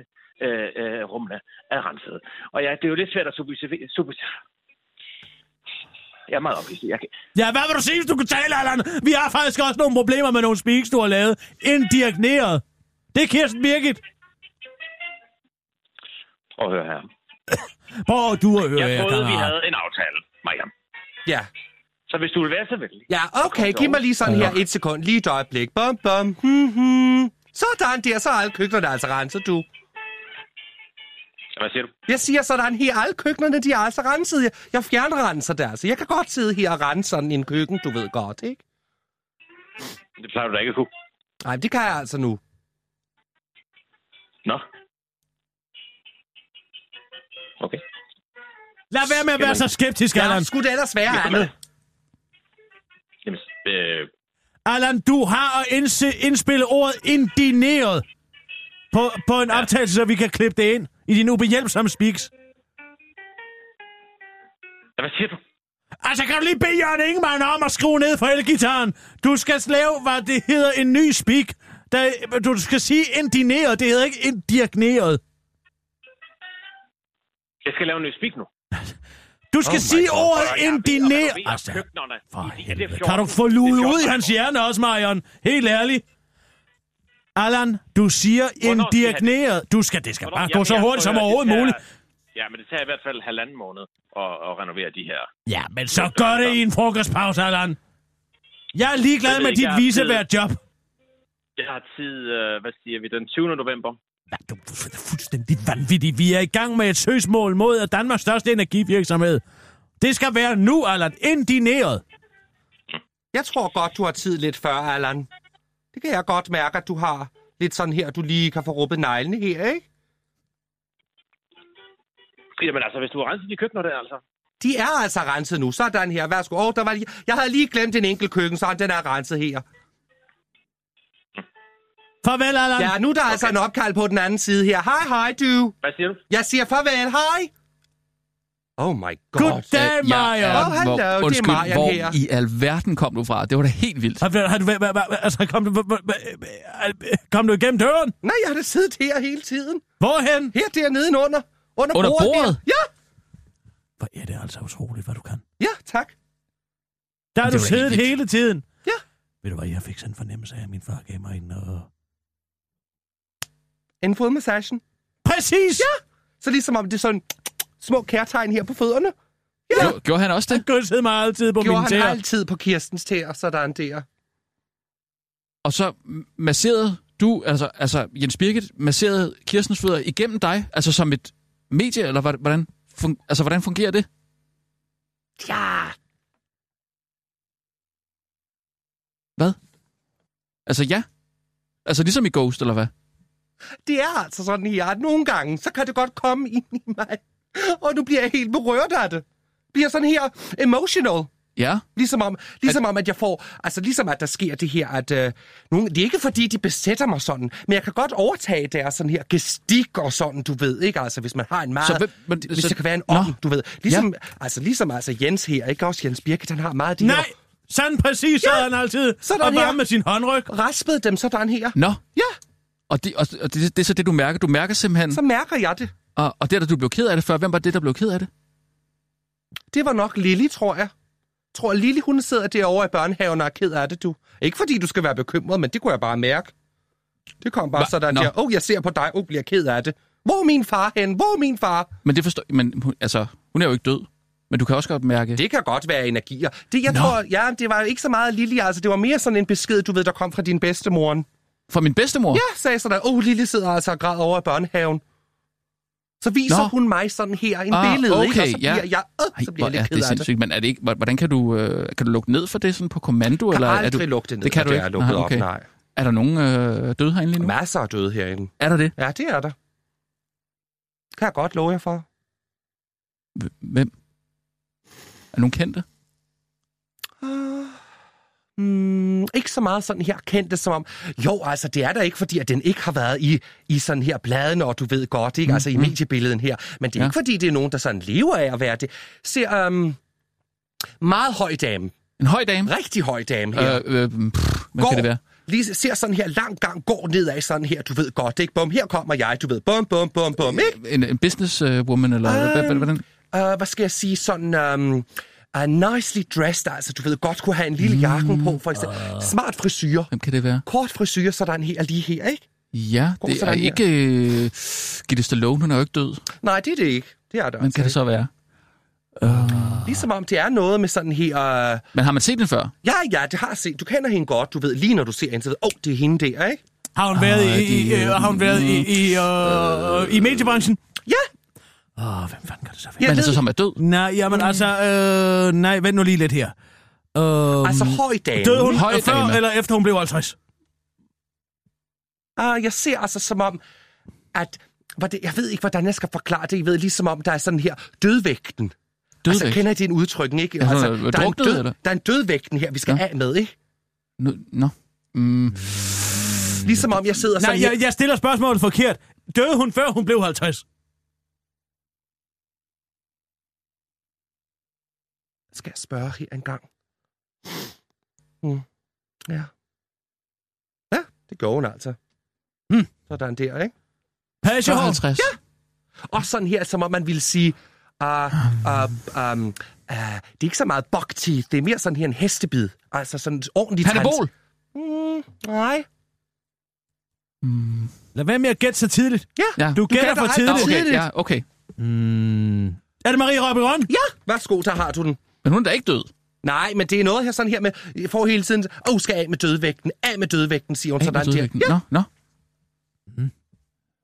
øh, øh, rummene er renset. Og jeg, det er jo lidt svært at subjektivere. Sub- jeg er meget opvist. Jeg kan...
Ja, hvad vil du sige, hvis du kan tale, Allan? Vi har faktisk også nogle problemer med nogle speaks, du har lavet. Indigneret. Det er Kirsten Birgit.
Prøv at høre her.
Prøv at du at høre
Jeg
her,
troede, vi
kammerat.
havde en aftale, Marian.
Ja.
Så hvis du vil være så venlig.
Ja, okay, giv mig lige sådan her et sekund. Lige et øjeblik. Bum, bum. Hmm, hmm. Sådan der, så er alle køkkenerne altså renset, du.
Hvad siger du?
Jeg siger sådan her, alle køkkenerne, de er altså renset. Jeg, jeg fjernrenser der, så jeg kan godt sidde her og rense sådan en køkken, du ved godt, ikke?
Det plejer du da ikke at kunne.
Nej, det kan jeg altså nu.
Nå. Okay.
Lad være med at
Skal
være
man-
så skeptisk,
Ja,
Allan.
skulle det ellers være andet?
Jamen, øh,
Allan, du har at indse, indspille ordet indineret på, på en optagelse, så vi kan klippe det ind i din ubehjælpsomme speaks.
hvad siger du?
Altså, kan du lige bede Jørgen Ingemann om at skrue ned for elgitaren? Du skal lave, hvad det hedder, en ny speak. Der, du skal sige indineret, det hedder ikke indigneret.
Jeg skal lave en ny speak nu.
Du skal oh sige ordet indineret.
Altså,
Altså,
køkkenerne.
for
i de der
helvede.
14
Kan du få luet
det er
ud i
14
hans hjerne også, Marion? Helt ærligt. Allan, du siger
skal jeg
indigneret. Du skal, det skal
Hvornår-
bare gå
Jamen,
så
jeg
hurtigt
tror, jeg-
som
det
overhovedet
tager-
muligt.
Ja, men det tager i hvert fald halvanden måned at, at renovere de her.
Ja, men så gør det i en frokostpause, Allan. Jeg er ligeglad
Jeg ved
med
ikke,
dit
jeg har
visevært job.
Jeg har tid, øh, hvad siger vi, den 20. november.
Hvad, du du er fuldstændig vanvittig. Vi er i gang med et søgsmål mod Danmarks største energivirksomhed. Det skal være nu, Allan. Indineret.
Jeg tror godt, du har tid lidt før, Allan. Det kan jeg godt mærke, at du har lidt sådan her, du lige kan få rubbet neglene her, ikke?
Jamen altså, hvis du har renset de køkkener der, altså.
De er altså renset nu. Sådan her. Værsgo. Åh, oh, der var lige... Jeg havde lige glemt en enkelt køkken, så den er renset her.
Farvel, Allan.
Ja, nu er der okay. altså en opkald på den anden side her. Hej, hej, du.
Hvad siger du?
Jeg siger farvel, hej. Oh my god.
Goddag,
Øh, jeg
Marion.
er-
Åh, hallo, det er
undskyld,
Marion
hvor
her.
i alverden kom du fra? Det var da helt vildt.
Har du, har du, hvad- hvad- hvad- altså, kom, du, hvad- hvad- hvad- kom du igennem døren?
Nej, jeg har da siddet her hele tiden.
Hvorhen?
Her dernede under. Under,
Under
bordet.
bordet?
Der. Ja,
Hvor er det altså utroligt, hvad du kan.
ja, tak.
Der har
Det
du
var da helt
siddet
vildt.
hele tiden.
Ja.
Ved du hvad, jeg fik sådan en fornemmelse af, at min far gav mig en... Uh...
En fodmassagen.
Præcis! Ja!
Så ligesom om det er sådan små kærtegn her på fødderne. Ja.
Gjorde, gjorde han også det?
Kyssede mig altid på
Gjorde
mine
han
tæer.
altid på Kirstens tæer, sådan der.
Og så masserede du, altså, altså Jens Birgit, masserede Kirstens fødder igennem dig, altså som et medie, eller hva- hvordan, fun, altså, hvordan fungerer det?
Ja,
Hvad? Altså ja? Altså ligesom i Ghost, eller hvad?
det er altså sådan her, at nogle gange, så kan det godt komme ind i mig. Og nu bliver jeg helt berørt af det. Bliver sådan her emotional.
Ja.
Ligesom om, ligesom om, at jeg får... Altså, ligesom at der sker det her, at... Øh, nogle, det er ikke, fordi de besætter mig sådan, men jeg kan godt overtage deres sådan her gestik og sådan, du ved, ikke? Altså, hvis man har en meget...
Så hvem- men-
hvis
så-
der kan være en
Nå.
ånd, du ved. Ligesom, ja. altså, ligesom altså Jens her, ikke? Også Jens Birke, han har meget af de
Nej, sådan præcis sad han altid
Sådan
og
her.
varmede sin håndryg.
her... Raspede dem sådan her.
Nå,
Ja,
og det, og, og det, det er så det, du mærker. Du mærker simpelthen,
så mærker jeg det.
og, og det, der du blev ked af det før, hvem var det, der blev ked af det?
Det var nok Lilly, tror jeg. Tror Lilly, hun sidder derovre i børnehaven og er ked af det, du. Ikke fordi du skal være bekymret, men det kunne jeg bare mærke. Det kom bare
Hva?
sådan
Nå.
der, åh, oh, jeg ser på dig, åh, oh, bliver ked af det. Hvor er min far hen? Hvor er min far?
Men det forstår... Men, hun- altså, hun er jo ikke død. Men du kan også godt mærke...
Det kan godt være energier. Det, jeg
Nå.
tror, ja, det var ikke så meget Lilly, altså. Det var mere sådan en besked, du ved, der kom fra din bedstemor.
Fra min bedstemor?
Ja, sagde sådan, åh, oh, Lilly sidder altså og græder over i børnehaven. Så viser
Nå.
Nå. hun mig sådan her en
Ah,
billede, ikke?
okay,
Og så
ja.
bliver jeg, øh, så
Ej,
bliver
hvor
jeg
er
lidt ked
det
af det.
sindssygt, men er det ikke, hvor- hvordan kan du, øh, kan du lukke ned for det sådan på kommando?
Jeg
eller
kan
er
aldrig
du,
lukke det ned,
Det kan
når
du
det
ikke?
er lukket
Nå,
op,
okay.
nej.
Er der nogen øh, døde herinde lige nu?
Masser af døde herinde.
Er der det?
Ja, det er der. Kan jeg godt love jer for.
H- Hvem? Er nogen kendte?
Mm, ikke så meget sådan her kendte som om... Jo, altså, det er der ikke, fordi at den ikke har været i, i sådan her bladene, og du ved godt, ikke? Altså, i mediebilledet her. Men det er
Mm-hmm. Ja.
ja. ikke, fordi det er nogen, der sådan lever af at være det. Ser, um, meget høj dame.
En høj dame?
Rigtig høj dame her.
Øh, øh, pff, hvad
går,
kan det være?
Lige ser sådan her lang gang, går nedad sådan her, du ved godt, ikke? Bum, her kommer jeg, du ved, bum, bum, bum, bum, ikke?
En, en businesswoman, eller hvad-
Øh.
hvad- hvordan?
uh, hvad skal jeg sige, sådan um, uh, nicely dressed, altså du ved godt kunne have en lille jakken på, for eksempel.
Mm,
Uh. Smart frisyr,
Hvem kan det være?
kort frisyr, så der er en her lige her, ikke?
Ja,
Går
det
så
er
der
ikke øh, Gitte Stallone, hun er jo ikke død.
Nej, det er det ikke. Det er der
Hvem kan det
ikke.
så være?
Ligesom om det er noget med sådan her... Øh,
Men har man set den før?
ja, ja, det har jeg set. Du kender hende godt. Du ved, lige når du ser hende, så ved åh, oh, det er hende der, ikke?
Har hun været, i, i,
Ah, det-
øh, har hun været i, i, øh, i mediebranchen?
Ja,
Åh, oh, hvem fanden kan det så være?
jeg
Men
ved,
altså, som er død.
Nej, jamen altså, øh, nej, vent nu lige lidt her. Øh,
altså høj dame.
døde hun
Høj
før
dame.
eller efter hun blev 50?
Ah, jeg ser altså som om, at... Var det, jeg ved ikke, hvordan jeg skal forklare det. Jeg ved ligesom om, der er sådan her dødvægten.
Dødvægt.
Altså, kender I din udtryk, ikke?
Ja,
altså,
sådan noget,
der, er en
druknet,
død,
eller?
der er en dødvægten her, vi skal
Ja.
ja. af med, ikke?
Nu, nå. Mm,
Ligesom om jeg sidder sådan
Nej,
her.
jeg, jeg stiller spørgsmålet forkert. Døde hun før hun blev 50?
Skal jeg spørge her en gang? Mm. Ja. Ja, det gjorde hun altså.
Hmm.
Sådan der, ikke?
så
Passion.
50. Ja.
Og sådan her, som om man ville sige, uh, uh, um, uh, det er ikke så meget buck teeth, det er mere sådan her en hestebid. Altså sådan et ordentligt...
Hannibal.
Mm, nej.
Mm,
Lad være med at gætte så tidligt.
ja.
Du gætter
gætter ret
for
Nå,
tidligt.
okay,
tidligt.
ja, okay.
Mm.
Er det Marie Røberøn?
Ja, værsgo, der har du den.
Men hun er da ikke død.
Nej, men det er noget her sådan her med, jeg får hele tiden, åh, oh, skal af med dødvægten, af med dødvægten, siger hun
Af med
sådan der.
dødvægten. Nå, nå.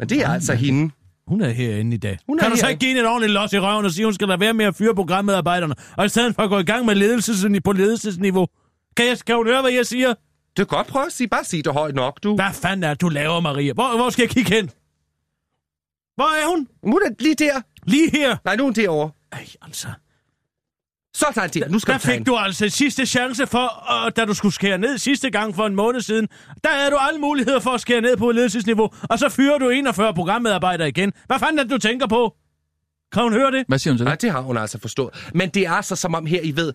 Men det er altså hende.
Hun er herinde i dag.
Hun er
kan du så
herinde.
ikke give hende et ordentligt los i røven og sige, hun skal lade være med at fyre programmedarbejderne, og i stedet for at gå i gang med ledelses, på ledelsesniveau? Kan, jeg, kan hun høre, hvad jeg siger?
Du kan godt prøve at sige, bare sige det højt nok, du.
Hvad fanden er det, du laver, Maria? Hvor, hvor skal jeg kigge hen? Hvor er hun?
Nu er det lige der.
Lige her.
Nej, nu er hun derovre.
Ej, altså.
Sådan der. Nu skal
Der
du tage
fik
hende.
du altså sidste chance for, og da du skulle skære ned sidste gang for en måned siden. Der havde du alle muligheder for at skære ned på ledelsesniveau, og så fyrer du 41 programmedarbejdere igen. Hvad fanden er det, du tænker på? Kan hun høre det?
Hvad siger hun til
Nej,
det?
det har hun altså forstået. Men det er så som om her, I ved,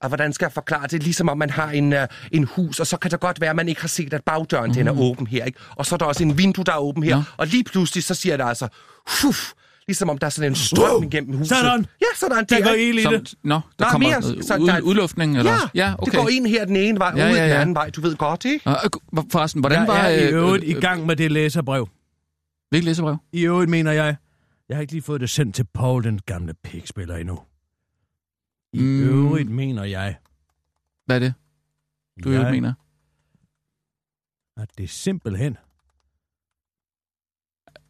og hvordan skal jeg forklare det? Ligesom om man har en, uh, en hus, og så kan det godt være, at man ikke har set, at bagdøren mm. den er åben her. Ikke? Og så er der også en vindue, der er åben her.
Ja.
Ja. Og lige pludselig, så siger det altså, Huf, ligesom om der er sådan en strøm wow. igennem huset.
Sådan.
Ja, sådan.
Der
er-
går ild i
Som,
det.
nå, der
Nej,
kommer
mere
noget
sådan,
ud,
der er-
udluftning. Eller,
Ja,
ja okay.
det går ind her den ene vej,
Ja,
ja,
ja,
ud ja,
ja.
den anden vej. Du ved godt, ikke?
Og, øh, forresten, hvordan
Jeg
var...
er i
øh,
øvrigt i
øh,
gang med det læserbrev.
Hvilket læserbrev?
I øvrigt mener jeg, jeg har ikke lige fået det sendt til Paul, den gamle pikspiller endnu. I
Mm.
øvrigt mener jeg,
Hvad er det, du
jeg
ja. mener?
at det simpelthen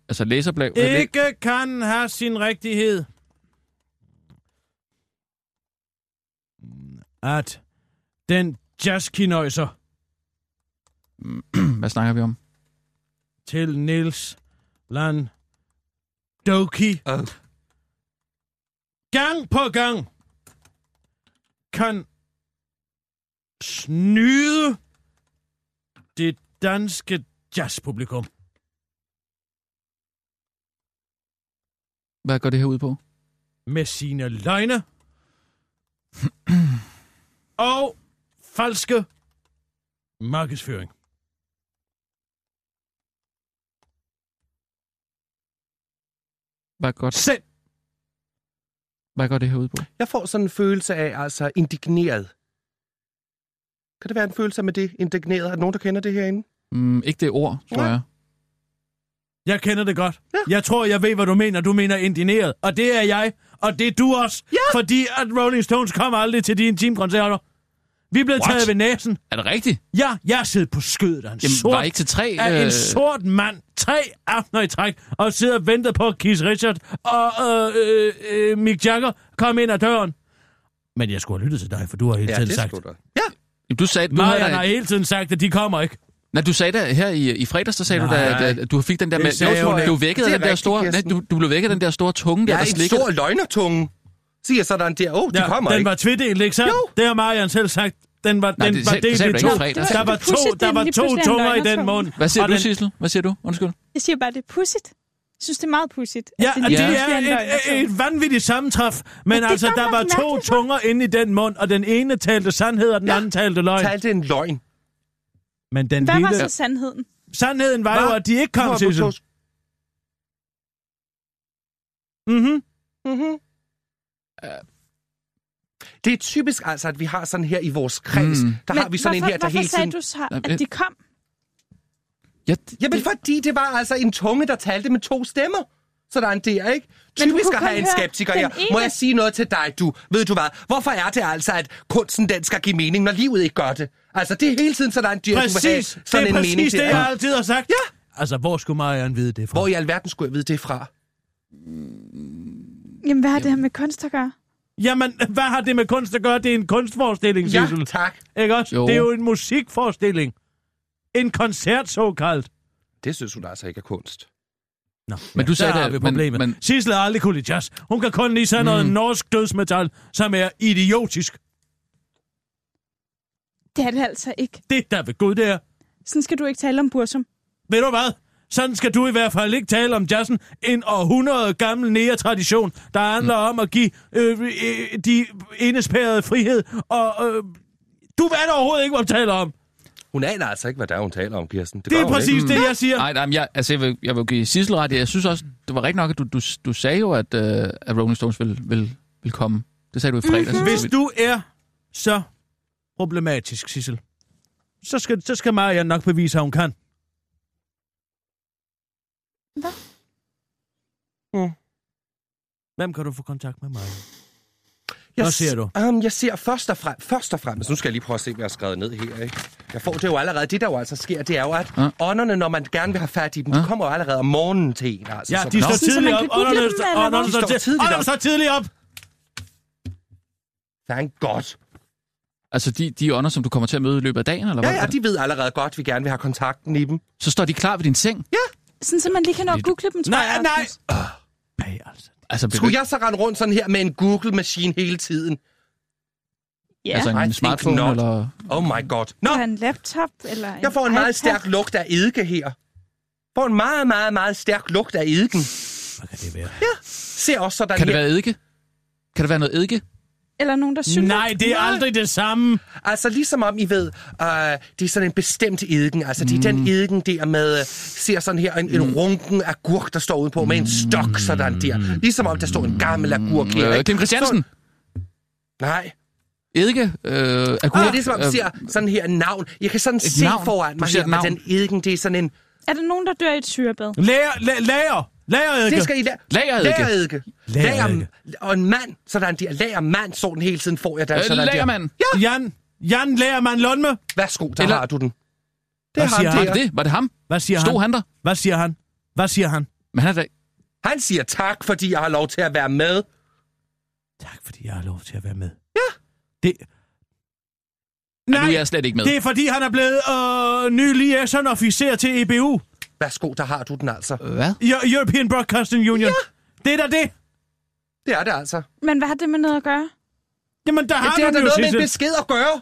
Altså læserbrev? øh, læ-
ikke kan have sin rigtighed. At den jazzkinøjser
<clears throat> Hvad snakker vi om?
til Nils Land Doki
Øh.
gang på gang kan snyde det danske jazzpublikum.
Hvad går det her ud på?
med sine
<clears throat>
løgne og falske markedsføring.
Hvad går,
Send
hvad går det her ud på?
Jeg får sådan en følelse af, altså, indigneret. Kan det være en følelse med det, indigneret? Er der nogen, der kender det herinde?
Mm, ikke det ord, tror
Nej.
jeg.
Jeg kender det godt. Ja. Jeg tror, jeg ved, hvad du mener. Du mener indineret. Og det er jeg. Og det er du også. Ja. Fordi at Rolling Stones kommer aldrig til dine teamkoncerter. Vi er blevet
What?
taget ved næsen.
Er det rigtigt?
Ja, jeg sidder på skødet af en
Jamen,
sort
var ikke til tre? øh,
af en sort mand tre aftener i træk og sidder og venter på at Keith Richard og øh, øh, øh, Mick Jagger komme ind ad døren. Men jeg skulle have lyttet til dig, for du har hele tiden sagt...
skulle du.
Jamen, du sagde, du
Nej,
havde
han
da-
har hele tiden sagt, at de kommer ikke.
Nej, du sagde det her i, i fredags, der sagde
Nej.
du da, at, at du fik den der
Det
med,
sagde
Jo,
hun
du,
ikke.
vækkede
Det er
den der
rigtigt,
store, nej,
Kirsten.
du, du blev vækket af den der store tunge der,
Jeg
der
er en
slikkede.
stor løgnertunge, siger sådan der. Åh, oh, de ja, kommer
den
ikke.
var tvedelt, ikke sandt?
Jo.
Det har Marian selv sagt. Den var,
Nej,
den
det
var
sagde- det
delt
sagde
i
du
to.
ikke i fredags.
Der var
Det er pudsigt,
to,
det
der
er
var
lige
to
pludselig en
tunger i den
løgnetunge.
mund.
Hvad siger
Og
du,
den-
Sissel? Hvad siger du? Undskyld.
Jeg siger bare, det er pudsigt. Jeg synes, det er meget pudsigt. at
Ja,
Altså,
og
lige
det
Ja.
pludselig
er
en
et,
løgnetunge.
et vanvittigt sammentræf.
Ja,
Men
det
altså,
gør
der
man
var to
mærkeligt for.
tunger inde i den mund, og den ene talte sandhed, og den
Ja.
anden talte løgn.
Talte en løgn.
Men den
Hvad var
lille...
så sandheden?
Sandheden var
Hva?
jo, at de ikke kom, Sissel. Mhm.
Mm-hmm. Det er typisk altså, at vi har sådan her i vores kreds,
Mm.
mm. der har vi sådan
hvorfor,
en her, der
hvorfor
hele
sagde
tiden...
du så,
Jamen,
at de kom?
Ja,
Jamen, fordi det var altså en tunge, der talte med to stemmer. Så der er en der, ikke?
Men du
Typisk
kunne
at have
kun
en
høre
skeptiker
den
her. Må
ene.
jeg sige noget til dig, du? Ved du hvad? Hvorfor er det altså, at kunsten den skal give mening, når livet ikke gør det? Altså, det er hele tiden, så der er en dyr, du vil have
Præcis, det
sådan
er
en mening
præcis det,
til.
jeg altid har sagt.
Ja.
Altså, hvor skulle Marian vide det fra?
Hvor i alverden skulle jeg vide det fra?
Jamen, hvad har det her med kunst at gøre?
Jamen, hvad har det med kunst at gøre? Det er en kunstforestilling,
Ja,
Sissel.
tak.
Ikke også?
Jo.
Det er jo en musikforestilling. En koncert, såkaldt.
Det synes hun altså ikke er kunst.
Nå,
Men du sagde
der
det,
har vi
men-
problemet. Men,
men- Mm.
Sissel har aldrig kunne lide jazz. Hun kan kun lide sådan noget norsk dødsmetal, som er idiotisk.
Det er det altså ikke.
Det der ved Gud, det er.
Sådan skal du ikke tale om Bursum.
Ved du hvad? Sådan skal du i hvert fald ikke tale om jazzen. En århundrede gammel nære-tradition, der handler mm. om at give øh, øh, de indespærrede frihed. Og øh, du ved da overhovedet ikke, hvad du taler om.
Hun aner altså ikke, hvad der er, hun taler om, Kirsten. Det,
Det
gør
er
hun ikke.
præcis det, jeg siger.
Mm. Nej, nej, men jeg, altså, jeg, vil, jeg vil jo give Sissel ret. i, Jeg synes også, det var rigtig nok, at du, du, du sagde jo, at, øh, at Rolling Stones ville vil, vil komme. Det
Mhm.
sagde du i fredags.
Hvis du er så problematisk, Sissel, så skal, så skal Maria nok bevise, at hun kan.
Hvad?
Mm.
Hvem kan du få kontakt med, Maria?
Jeg,
Hvad
s-
ser du?
Um, jeg ser først og, frem, først og fremmest... Altså, Nu skal jeg lige prøve at se, hvad jeg har skrevet ned her, ikke? Jeg får det jo allerede. Det, der jo altså sker, det er jo, at
Ja.
ånderne, når man gerne vil have fat i dem,
Ja.
de kommer jo allerede om morgenen til en, altså.
Ja,
så-
de
Nå.
står
Sådan, så
tidligt
man
op.
kan google
Ånderne
dem,
står-
eller hvad?
ånderne
De
står
står
tidligt-
tidligt
Ånderne
op.
står tidligt op.
Thank God.
Altså de, de ånder, som du kommer til at møde i løbet af dagen, eller
Ja,
hvad? Altså,
ja, de ved allerede godt, vi gerne vil have kontakten i dem.
Så står de klar ved din seng?
Sådan, så man lige kan nå at google dem, tror
Nej,
jeg,
nej.
Rasmus.
Ej, altså.
Altså, vil du
Skulle
ikke-
jeg så rende rundt sådan her med en Google-maskine hele tiden?
Ja,
Altså
I
en
think
smartphone,
not.
eller...
Oh my God. Nå,
eller en laptop, eller en
jeg får en meget
iPad.
stærk lugt af eddike her. Får en meget, meget, meget stærk lugt af eddiken.
Hvad kan det være?
Se også sådan
Kan det
her.
være eddike? Kan det være noget eddike?
Eller nogen, der synes.
Nej, det er aldrig det samme.
Altså ligesom om, I ved, øh, det er sådan en bestemt eddiken. Altså det
Mm.
er den eddiken der med, øh, ser sådan her, en, en runken agurk, der står ude på med en stok sådan der. Ligesom om, der står en gammel agurk her.
Mm. Øh,
ikke?
Kim Christiansen?
Så, nej.
Eddike? Øh, agurk?
Ah, det er som om,
øh,
siger sådan her en navn. Jeg kan sådan se
navn.
foran
Du
mig
ser
her,
et
men
navn.
den eddiken, det er sådan en...
Er der nogen, der dør i et syrebad?
Lærer, la- lærer, lærer, Eddike.
Det skal I lære.
Lageredike.
Lageredike.
Lageredike.
Lager, og en mand, sådan der. Lagermand, så den hele tiden får jeg der.
Øh,
sådan Altså, der.
lagermand?
Ja,
Jan, Jan Lærermann Lundme.
værsgo, der
Eller-
har du den. Det
Hvad siger
er
Var
ham
det
der.
det? Var det ham?
Hvad siger
Stod
han?
han der?
Hvad siger han? Hvad siger han?
Men han er da...
Han siger tak, fordi jeg har lov til at være med.
Tak, fordi jeg har lov til at være med. Ja. Det...
Nej. Nu
Nej,
er jeg slet ikke med.
det er fordi, han er blevet øh, ny liaison-officer til E EBU,
Værsgo, der har du den altså.
Øh.
Hvad?
Eu- E- European Broadcasting Union. Ja. Det er da det.
Det er det altså.
Men hvad har det med noget at gøre?
Jamen, der
Ja,
har
det har
du
da
den Ah, jo,
noget med en
Sissel.
besked at gøre.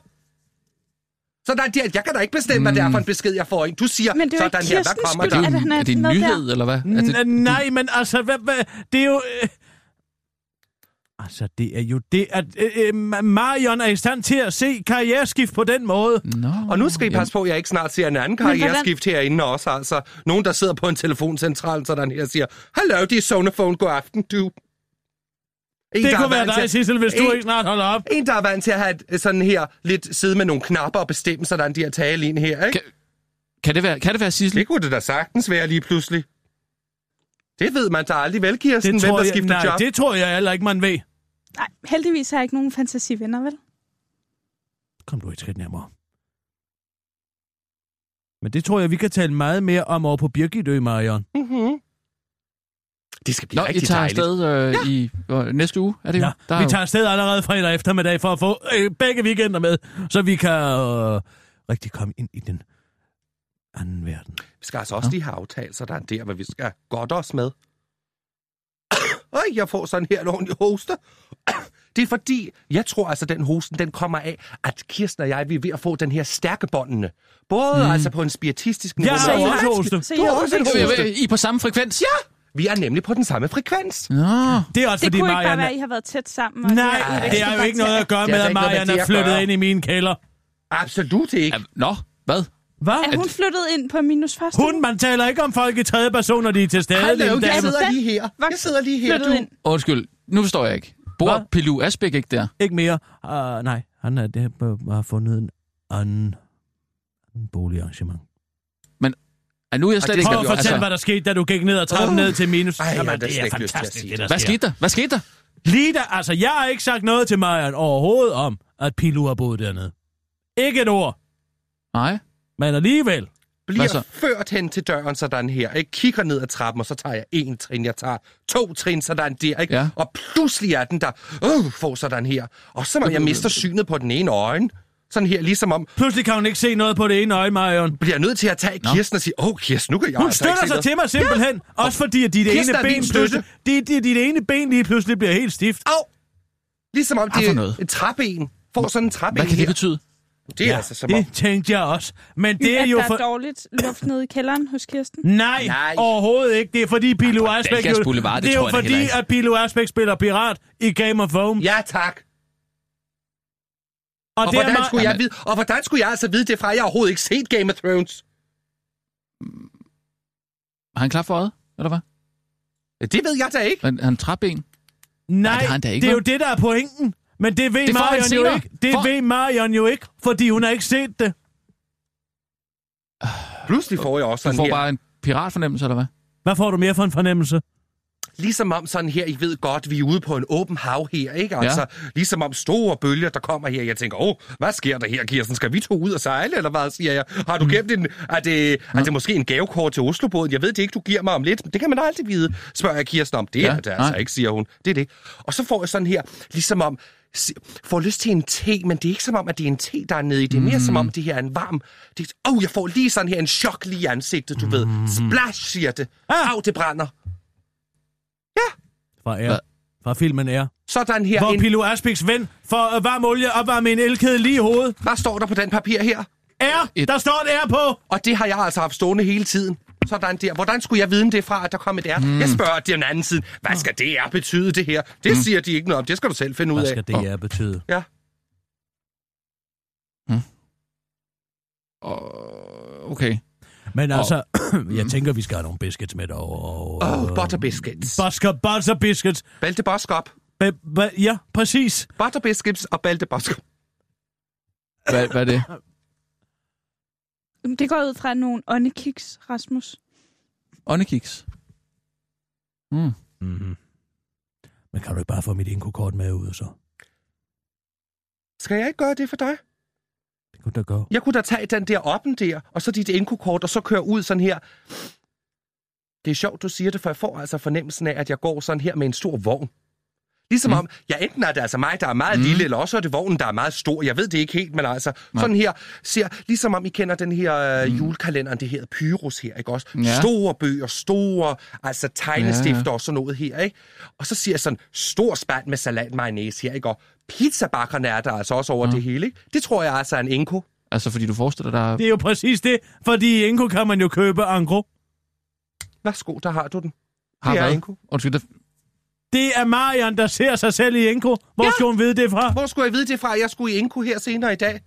Så der er det, at jeg kan da ikke bestemme, hvad det er for
Mm.
en besked, jeg får. Ikke? Du siger
Men det er jo
sådan
ikke
her, hvad
Kirstens
kommer
skyld,
der?
at han er
er det en
med
nyhed, eller hvad? Er det,
N- nej, men altså, hvad, hvad, det er jo... Øh... Altså, det er jo det, at øh, øh, Ma- Marion er i stand til at se karriereskift på den måde.
Nå.
Og nu skal I passe på, at jeg ikke snart ser en anden karriereskift herinde også. Altså, nogen, der sidder på en telefoncentral, sådan her siger, Hallo, det er Sonofone, god aften, du. En,
Det
der er altså-
kunne være
vant til
dig,
at-
Sissel, hvis du
en-
ikke snart holder op.
En, der er vant til at have et- sådan her lidt sidde med nogle knapper og bestemme sådan de her tale ind her, ikke?
Kan- Kan det være, kan det være Sissel?
Det kunne det da sagtens være lige pludselig. Det ved man da aldrig vel, Kirsten,
Det
hvem
tror,
der
jeg,
skifter
nej,
job.
det tror jeg heller ikke, man ved.
Nej, heldigvis har jeg ikke nogen fantasivenner, vel?
Kom du et skridt nærmere. Men det tror jeg, vi kan tale meget mere om over på Birgitø, Marion.
Mm-hmm. Det skal blive
Nå, I
rigtig
tager
dejligt.
afsted øh, i øh, næste uge, er det jo?
Ja,
Der er
vi
jo-
tager afsted allerede fredag eftermiddag for at få øh, begge weekender med, så vi kan øh, rigtig komme ind i den anden verden.
Vi skal altså også
Nå.
lige have aftalt, så der er en der, hvor vi skal godt os med. Øj, jeg får sådan her en ordentlig hoste. Det er fordi, jeg tror altså, den hosten, den kommer af, at Kirsten og jeg, vi er ved at få den her stærke båndene. Både mm. altså på en spiritistisk niveau.
Jeg
men
har
også-
også hoste.
Så
Du
jeg
har også en
Jo,
hoste.
jeg ved, øh, I er på samme frekvens? Ja!
Vi er nemlig på den samme frekvens.
Nå.
Det er også
Det
fordi,
kunne ikke
Marianne...
bare være, at I har været tæt sammen. og I har
Nej, det
udvekslet
har jo ikke noget
bakterier.
at gøre
Det
med,
har da
at
ikke noget med
Marian
det
er
at
flyttet
gøre.
ind i min kælder.
Absolut
Ja,
ikke.
Nå, hvad?
Hvad?
Er hun flyttet ind på minus første?
Hun, man taler ikke om folk i tredje person, når de er til stede.
Hallo,
lille
jeg
dame.
sidder lige her. Jeg sidder lige her,
flyttet
du.
ind.
Undskyld, nu forstår jeg ikke. Bor
Hvad?
Pilu Asbæk ikke der?
Ikke mere. Uh, nej, han er, det, har fundet en anden, anden boligarrangement.
Ej, nu er jeg
Ej,
slet
det
ikke... Altså,
skal
Prøv
vi
at
jo-
fortælle, hvad der skete, da du gik ned ad trappen
Åh.
ned til minus.
altså- Ej, jeg har
Jamen,
da
det
slet
er
ikke lyst til at sige
fantastisk, det
det.
der
Hvad
sker.
skete der? Hvad skete der?
Lige der, altså, jeg har ikke sagt noget til Marian overhovedet om, at Pilu har boet dernede. Ikke et ord,
Nej.
men alligevel.
Hvad
Bliver
så?
ført hen til døren, så der er en her. Ikke? Kigger ned ad trappen, og så tager jeg en trin. Jeg tager to trin, så der er en der. Ikke?
Ja.
Og pludselig er den der. Øh, får så der en her. Og så må jeg mister synet på den ene øjen. Sådan her, ligesom om,
Pludselig kan hun ikke se noget på det ene øje, Marion.
bliver jeg nødt til at tage
Nå.
Kirsten og sige, åh, oh, Kirsten, nu kan jeg
Hun
altså ikke
støtter
se
sig
noget."
til mig simpelthen, også fordi at dit
Kirsten
ene
er
ben
min støtte.
pludselig, dit, dit, dit ene ben lige pludselig bliver helt stift.
Au! Ligesom om
Hvad
det
for
er
noget?
et træben. Får sådan en træben
Hvad kan
her.
det betyde?
Det er altså som om...
det tænkte jeg også. Men det er
at
jo
der
for...
er dårligt luft nede i kælderen hos Kirsten.
Nej, Nej,
Nej.
overhovedet ikke. Det er fordi Pilo Asbæk...
Dalgas Boulevard, det
det er
tror
jo
jeg da heller
fordi,
ikke.
at Pilo Asbæk spiller pirat i Game of Thrones.
Ja, tak. Og, og
det er
hvordan
Ma-
skulle jeg
Jamen-
vide, og hvordan skulle jeg altså vide det fra, jeg har overhovedet ikke set Game of Thrones?
Har han klap for øjet? Eller hvad?
Det ved jeg da ikke.
Han, han trapben?
Nej,
det har han da ikke,
det er jo
vel?
det, der er pointen. Men det ved
Det får han
Marion jo
senere.
ikke. Det
For-
ved Marion jo ikke, fordi hun har ikke set det.
Pludselig får jeg også
Du
sådan
får
her.
bare en piratfornemmelse, eller hvad?
Hvad får du mere for en fornemmelse?
Ligesom om sådan her, I ved godt, vi er ude på en åben hav her, ikke? Altså, ligesom om store bølger, der kommer her. Jeg tænker, åh, hvad sker der her, Kirsten? Skal vi to ud og sejle, eller hvad, siger jeg? Har du gemt en... Er det, er det måske en gavekort til Oslobåden? Jeg ved det ikke, du giver mig om lidt. Men det kan man aldrig vide, spørger jeg Kirsten om. Det
Ja,
er det altså
nej.
ikke, siger hun. Det er det. Og så får jeg sådan her, ligesom om... si- Får lyst til en te, men det er ikke som om, at det er en te, der er nede i. Det er mere som om, det her er en varm... Det er, oh, jeg får lige sådan her en chok lige i ansigtet, du ved. Splash, siger det.
Ah.
Au, det brænder.
Fra
Hvad?
Air. Fra filmen Air.
Sådan her.
Hvor
en-
Pilo Asbæks ven får øh, varm olie og varme en elkæde lige i hovedet.
Hvad står der på den papir her?
Air!
Et-
Der står et Air på!
Og det har jeg altså haft stående hele tiden. Sådan der. Hvordan skulle jeg vide det fra, at der kom et R?
Hmm.
Mm. Jeg spørger den anden side, hvad skal det R betyde, det her? Det mm. siger de ikke noget om. Det skal du selv finde ud
Hmm. Hvad
af.
skal det her betyde?
Ja.
Åh, okay.
Men altså, <clears throat> jeg tænker, vi skal have nogle biscuits med derovre. øh,
Åh, oh, butter biscuits.
Busker, butter biscuits.
Bælte boskop.
Ba- ba- ja, præcis.
Butter biscuits og bælte boskop.
Hvad, hvad er
<laughs>
det?
Jamen, Det går ud fra nogle åndekiks, Rasmus.
Åndekiks? Mm.
Mm-hmm. Men kan du ikke bare få mit inkokort med ud, så?
Skal jeg ikke gøre det for dig?
Det kunne da gå.
Jeg kunne da tage den der oppen der, og så dit indkokort, og så køre ud sådan her. Det er sjovt, du siger det, for jeg får altså fornemmelsen af, at jeg går sådan her med en stor vogn. Ligesom mm. om, ja, enten er det altså mig, der er meget mm. lille, eller også er det vognen, der er meget stor. Jeg ved det ikke helt, men altså, Nej. sådan her ser, ligesom om I kender den her øh, julekalenderen, det her Pyrus her, ikke også?
Ja.
Ja. Store bøger, store, altså tegnestifter
Ja,
ja. og sådan noget her, ikke? Og så siger jeg sådan, stor spand med salat mayonnaise her, ikke? Og pizzabakkerne er der altså også over mm. det hele, ikke? Det tror jeg altså er en inko.
Altså, fordi du forestiller dig...
Det er jo præcis det, fordi i Inko kan man jo købe angro.
Værsgo, der har du den.
Har
det er
hvad?
Inko.
Undskyld, der...
Det er Marian, der ser sig selv i Inko. Hvor ja. skal hun vide det fra?
Hvor skulle jeg vide det fra, at jeg skulle i Inko her senere i dag?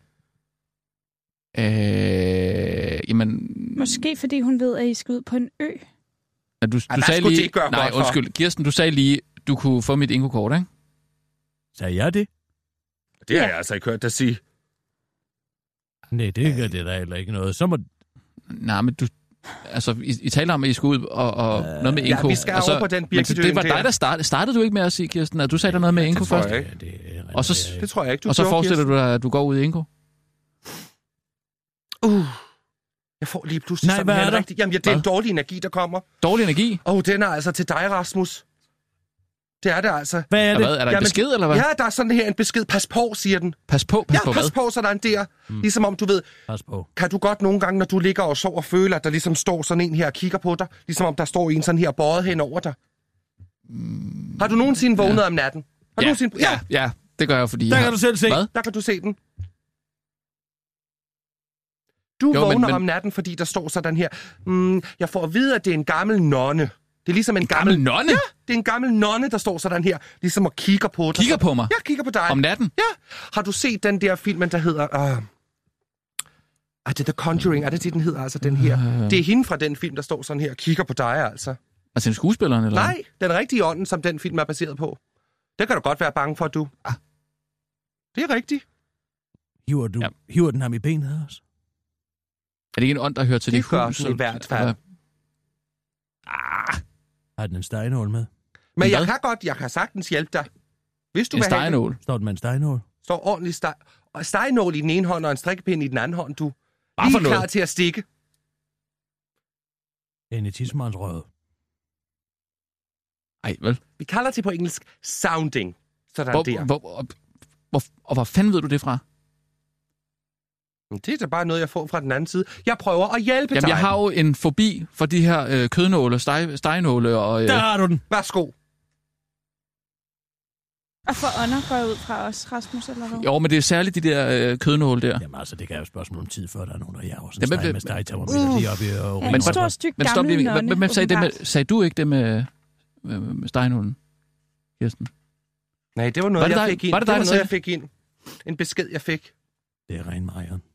Øh, jamen,
Måske fordi hun ved, at I skal ud på en ø.
du, du
hvad
sagde
skulle
lige...
det gøre
Nej,
godt for?
undskyld. Kirsten, du sagde lige, du kunne få mit inkokort, ikke?
Sagde jeg det?
Det har jeg altså ikke hørt dig sige.
Nej, det gør det da heller ikke noget. Så må...
Nej, men du... Altså, I, I taler om, at I skulle ud og, og øh, noget med
ja,
Inko.
vi skal
og så-
over på den
men
Birkedøen
Det var
der.
dig, der startede. Startede du ikke med at sige, Kirsten, at du sagde der noget med Inko
tror jeg
først?
ikke.
det er
Og så,
Det tror jeg ikke, du
og så
gjorde,
forestiller
Kirsten.
du dig, at du går ud i Inko?
Uh, jeg får lige pludselig
Nej,
sådan
hvad
en
er der?
rigtig... Jamen, ja, det er en dårlig energi, der kommer.
Dårlig energi?
Åh, oh, den er altså til dig, Rasmus. Det er det altså.
Hvad er
Er,
det?
hvad, er der en
Jamen,
besked, eller hvad?
Ja, der er sådan her en besked. Pas på, siger den.
Pas på, pas
ja,
på hvad?
pas på, så der er en der. Mm. Ligesom om du ved,
Pas på.
kan du godt nogle gange, når du ligger og sover, føle, at der ligesom står sådan en her og kigger på dig? Ligesom om der står en sådan her bøjet hen over dig. Har du nogensinde vågnet om natten? Har du
Mm. Ja.
nogensinde...
Ja, ja, det gør jeg, fordi...
Der
jeg
kan
har-
du selv se.
Hvad?
Der kan du se den. Du
Jo,
jo,
men-
vågner men,
men-
om natten, fordi der står sådan her. Mm, jeg får at vide, at det er en gammel nonne. Det er ligesom en, en gammel...
Gammel nonne? Ja.
Det er en gammel nonne, der står sådan her, ligesom og kigger på dig.
Kigger på mig?
Ja, kigger på dig.
Om natten?
Ja. Har du set den der film, der hedder... Uh... Er det The Conjuring? Er det det, den hedder, altså den her?
Øh.
Det er hende fra den film, der står sådan her og kigger på dig, altså.
Altså en skuespilleren, eller?
Nej, den rigtige ånden, som den film er baseret på. Det kan du godt være bange for, du. Ah. Det er rigtigt.
Hiver, du,
Ja.
hiver den ham i benet også?
Er det ikke en ånd, der hører til det,
Det gør
hus?
den i
eller-
hvert fald.
eller-
Har den en stegnål med?
Men jeg
Hvad?
kan godt, jeg kan sagtens hjælpe dig. Hvis du
En
vil have det,
stegnål.
Står den med en stegnål?
står ordentligt steg, og stegnål i den ene hånd og en strikkepind i den anden hånd, du.
Hvad for
Lige klar
noget?
til at stikke.
En i tidsmandsrøret.
Ej, vel?
Vi kalder det på engelsk sounding. Sådan
Hvor,
der.
hvor, hvor, hvor, og hvor fanden ved du det fra?
Men Det er da bare noget, jeg får fra den anden side. Jeg prøver at hjælpe
Jamen,
dig.
jeg har jo en fobi for de her øh, kødnåle, steg, stegnåle og... Øh,
Der har du den!
Værsgo.
Og for ånder går jeg ud fra os, Rasmus, eller hvad?
jo, men det er særligt de der øh, kødnåle der.
Jamen altså, det kan jo et spørgsmål om tid, før der er nogen, der jager sådan
Jamen,
en steg med
men-
stegtermometer lige op i øh,
Ja,
men,
en stor stykke
Men stop
gammel
lige.
nonne,
Hvem, hvem sagde, det med,
åbenbart.
sagde du ikke det med, øh, med stegnålen, Kirsten?
Nej, det var noget,
Var det
jeg
dig-
fik ind.
var det dig, der
det var noget,
sagde
jeg fik ind. En besked, jeg fik.
Det er ren Marion.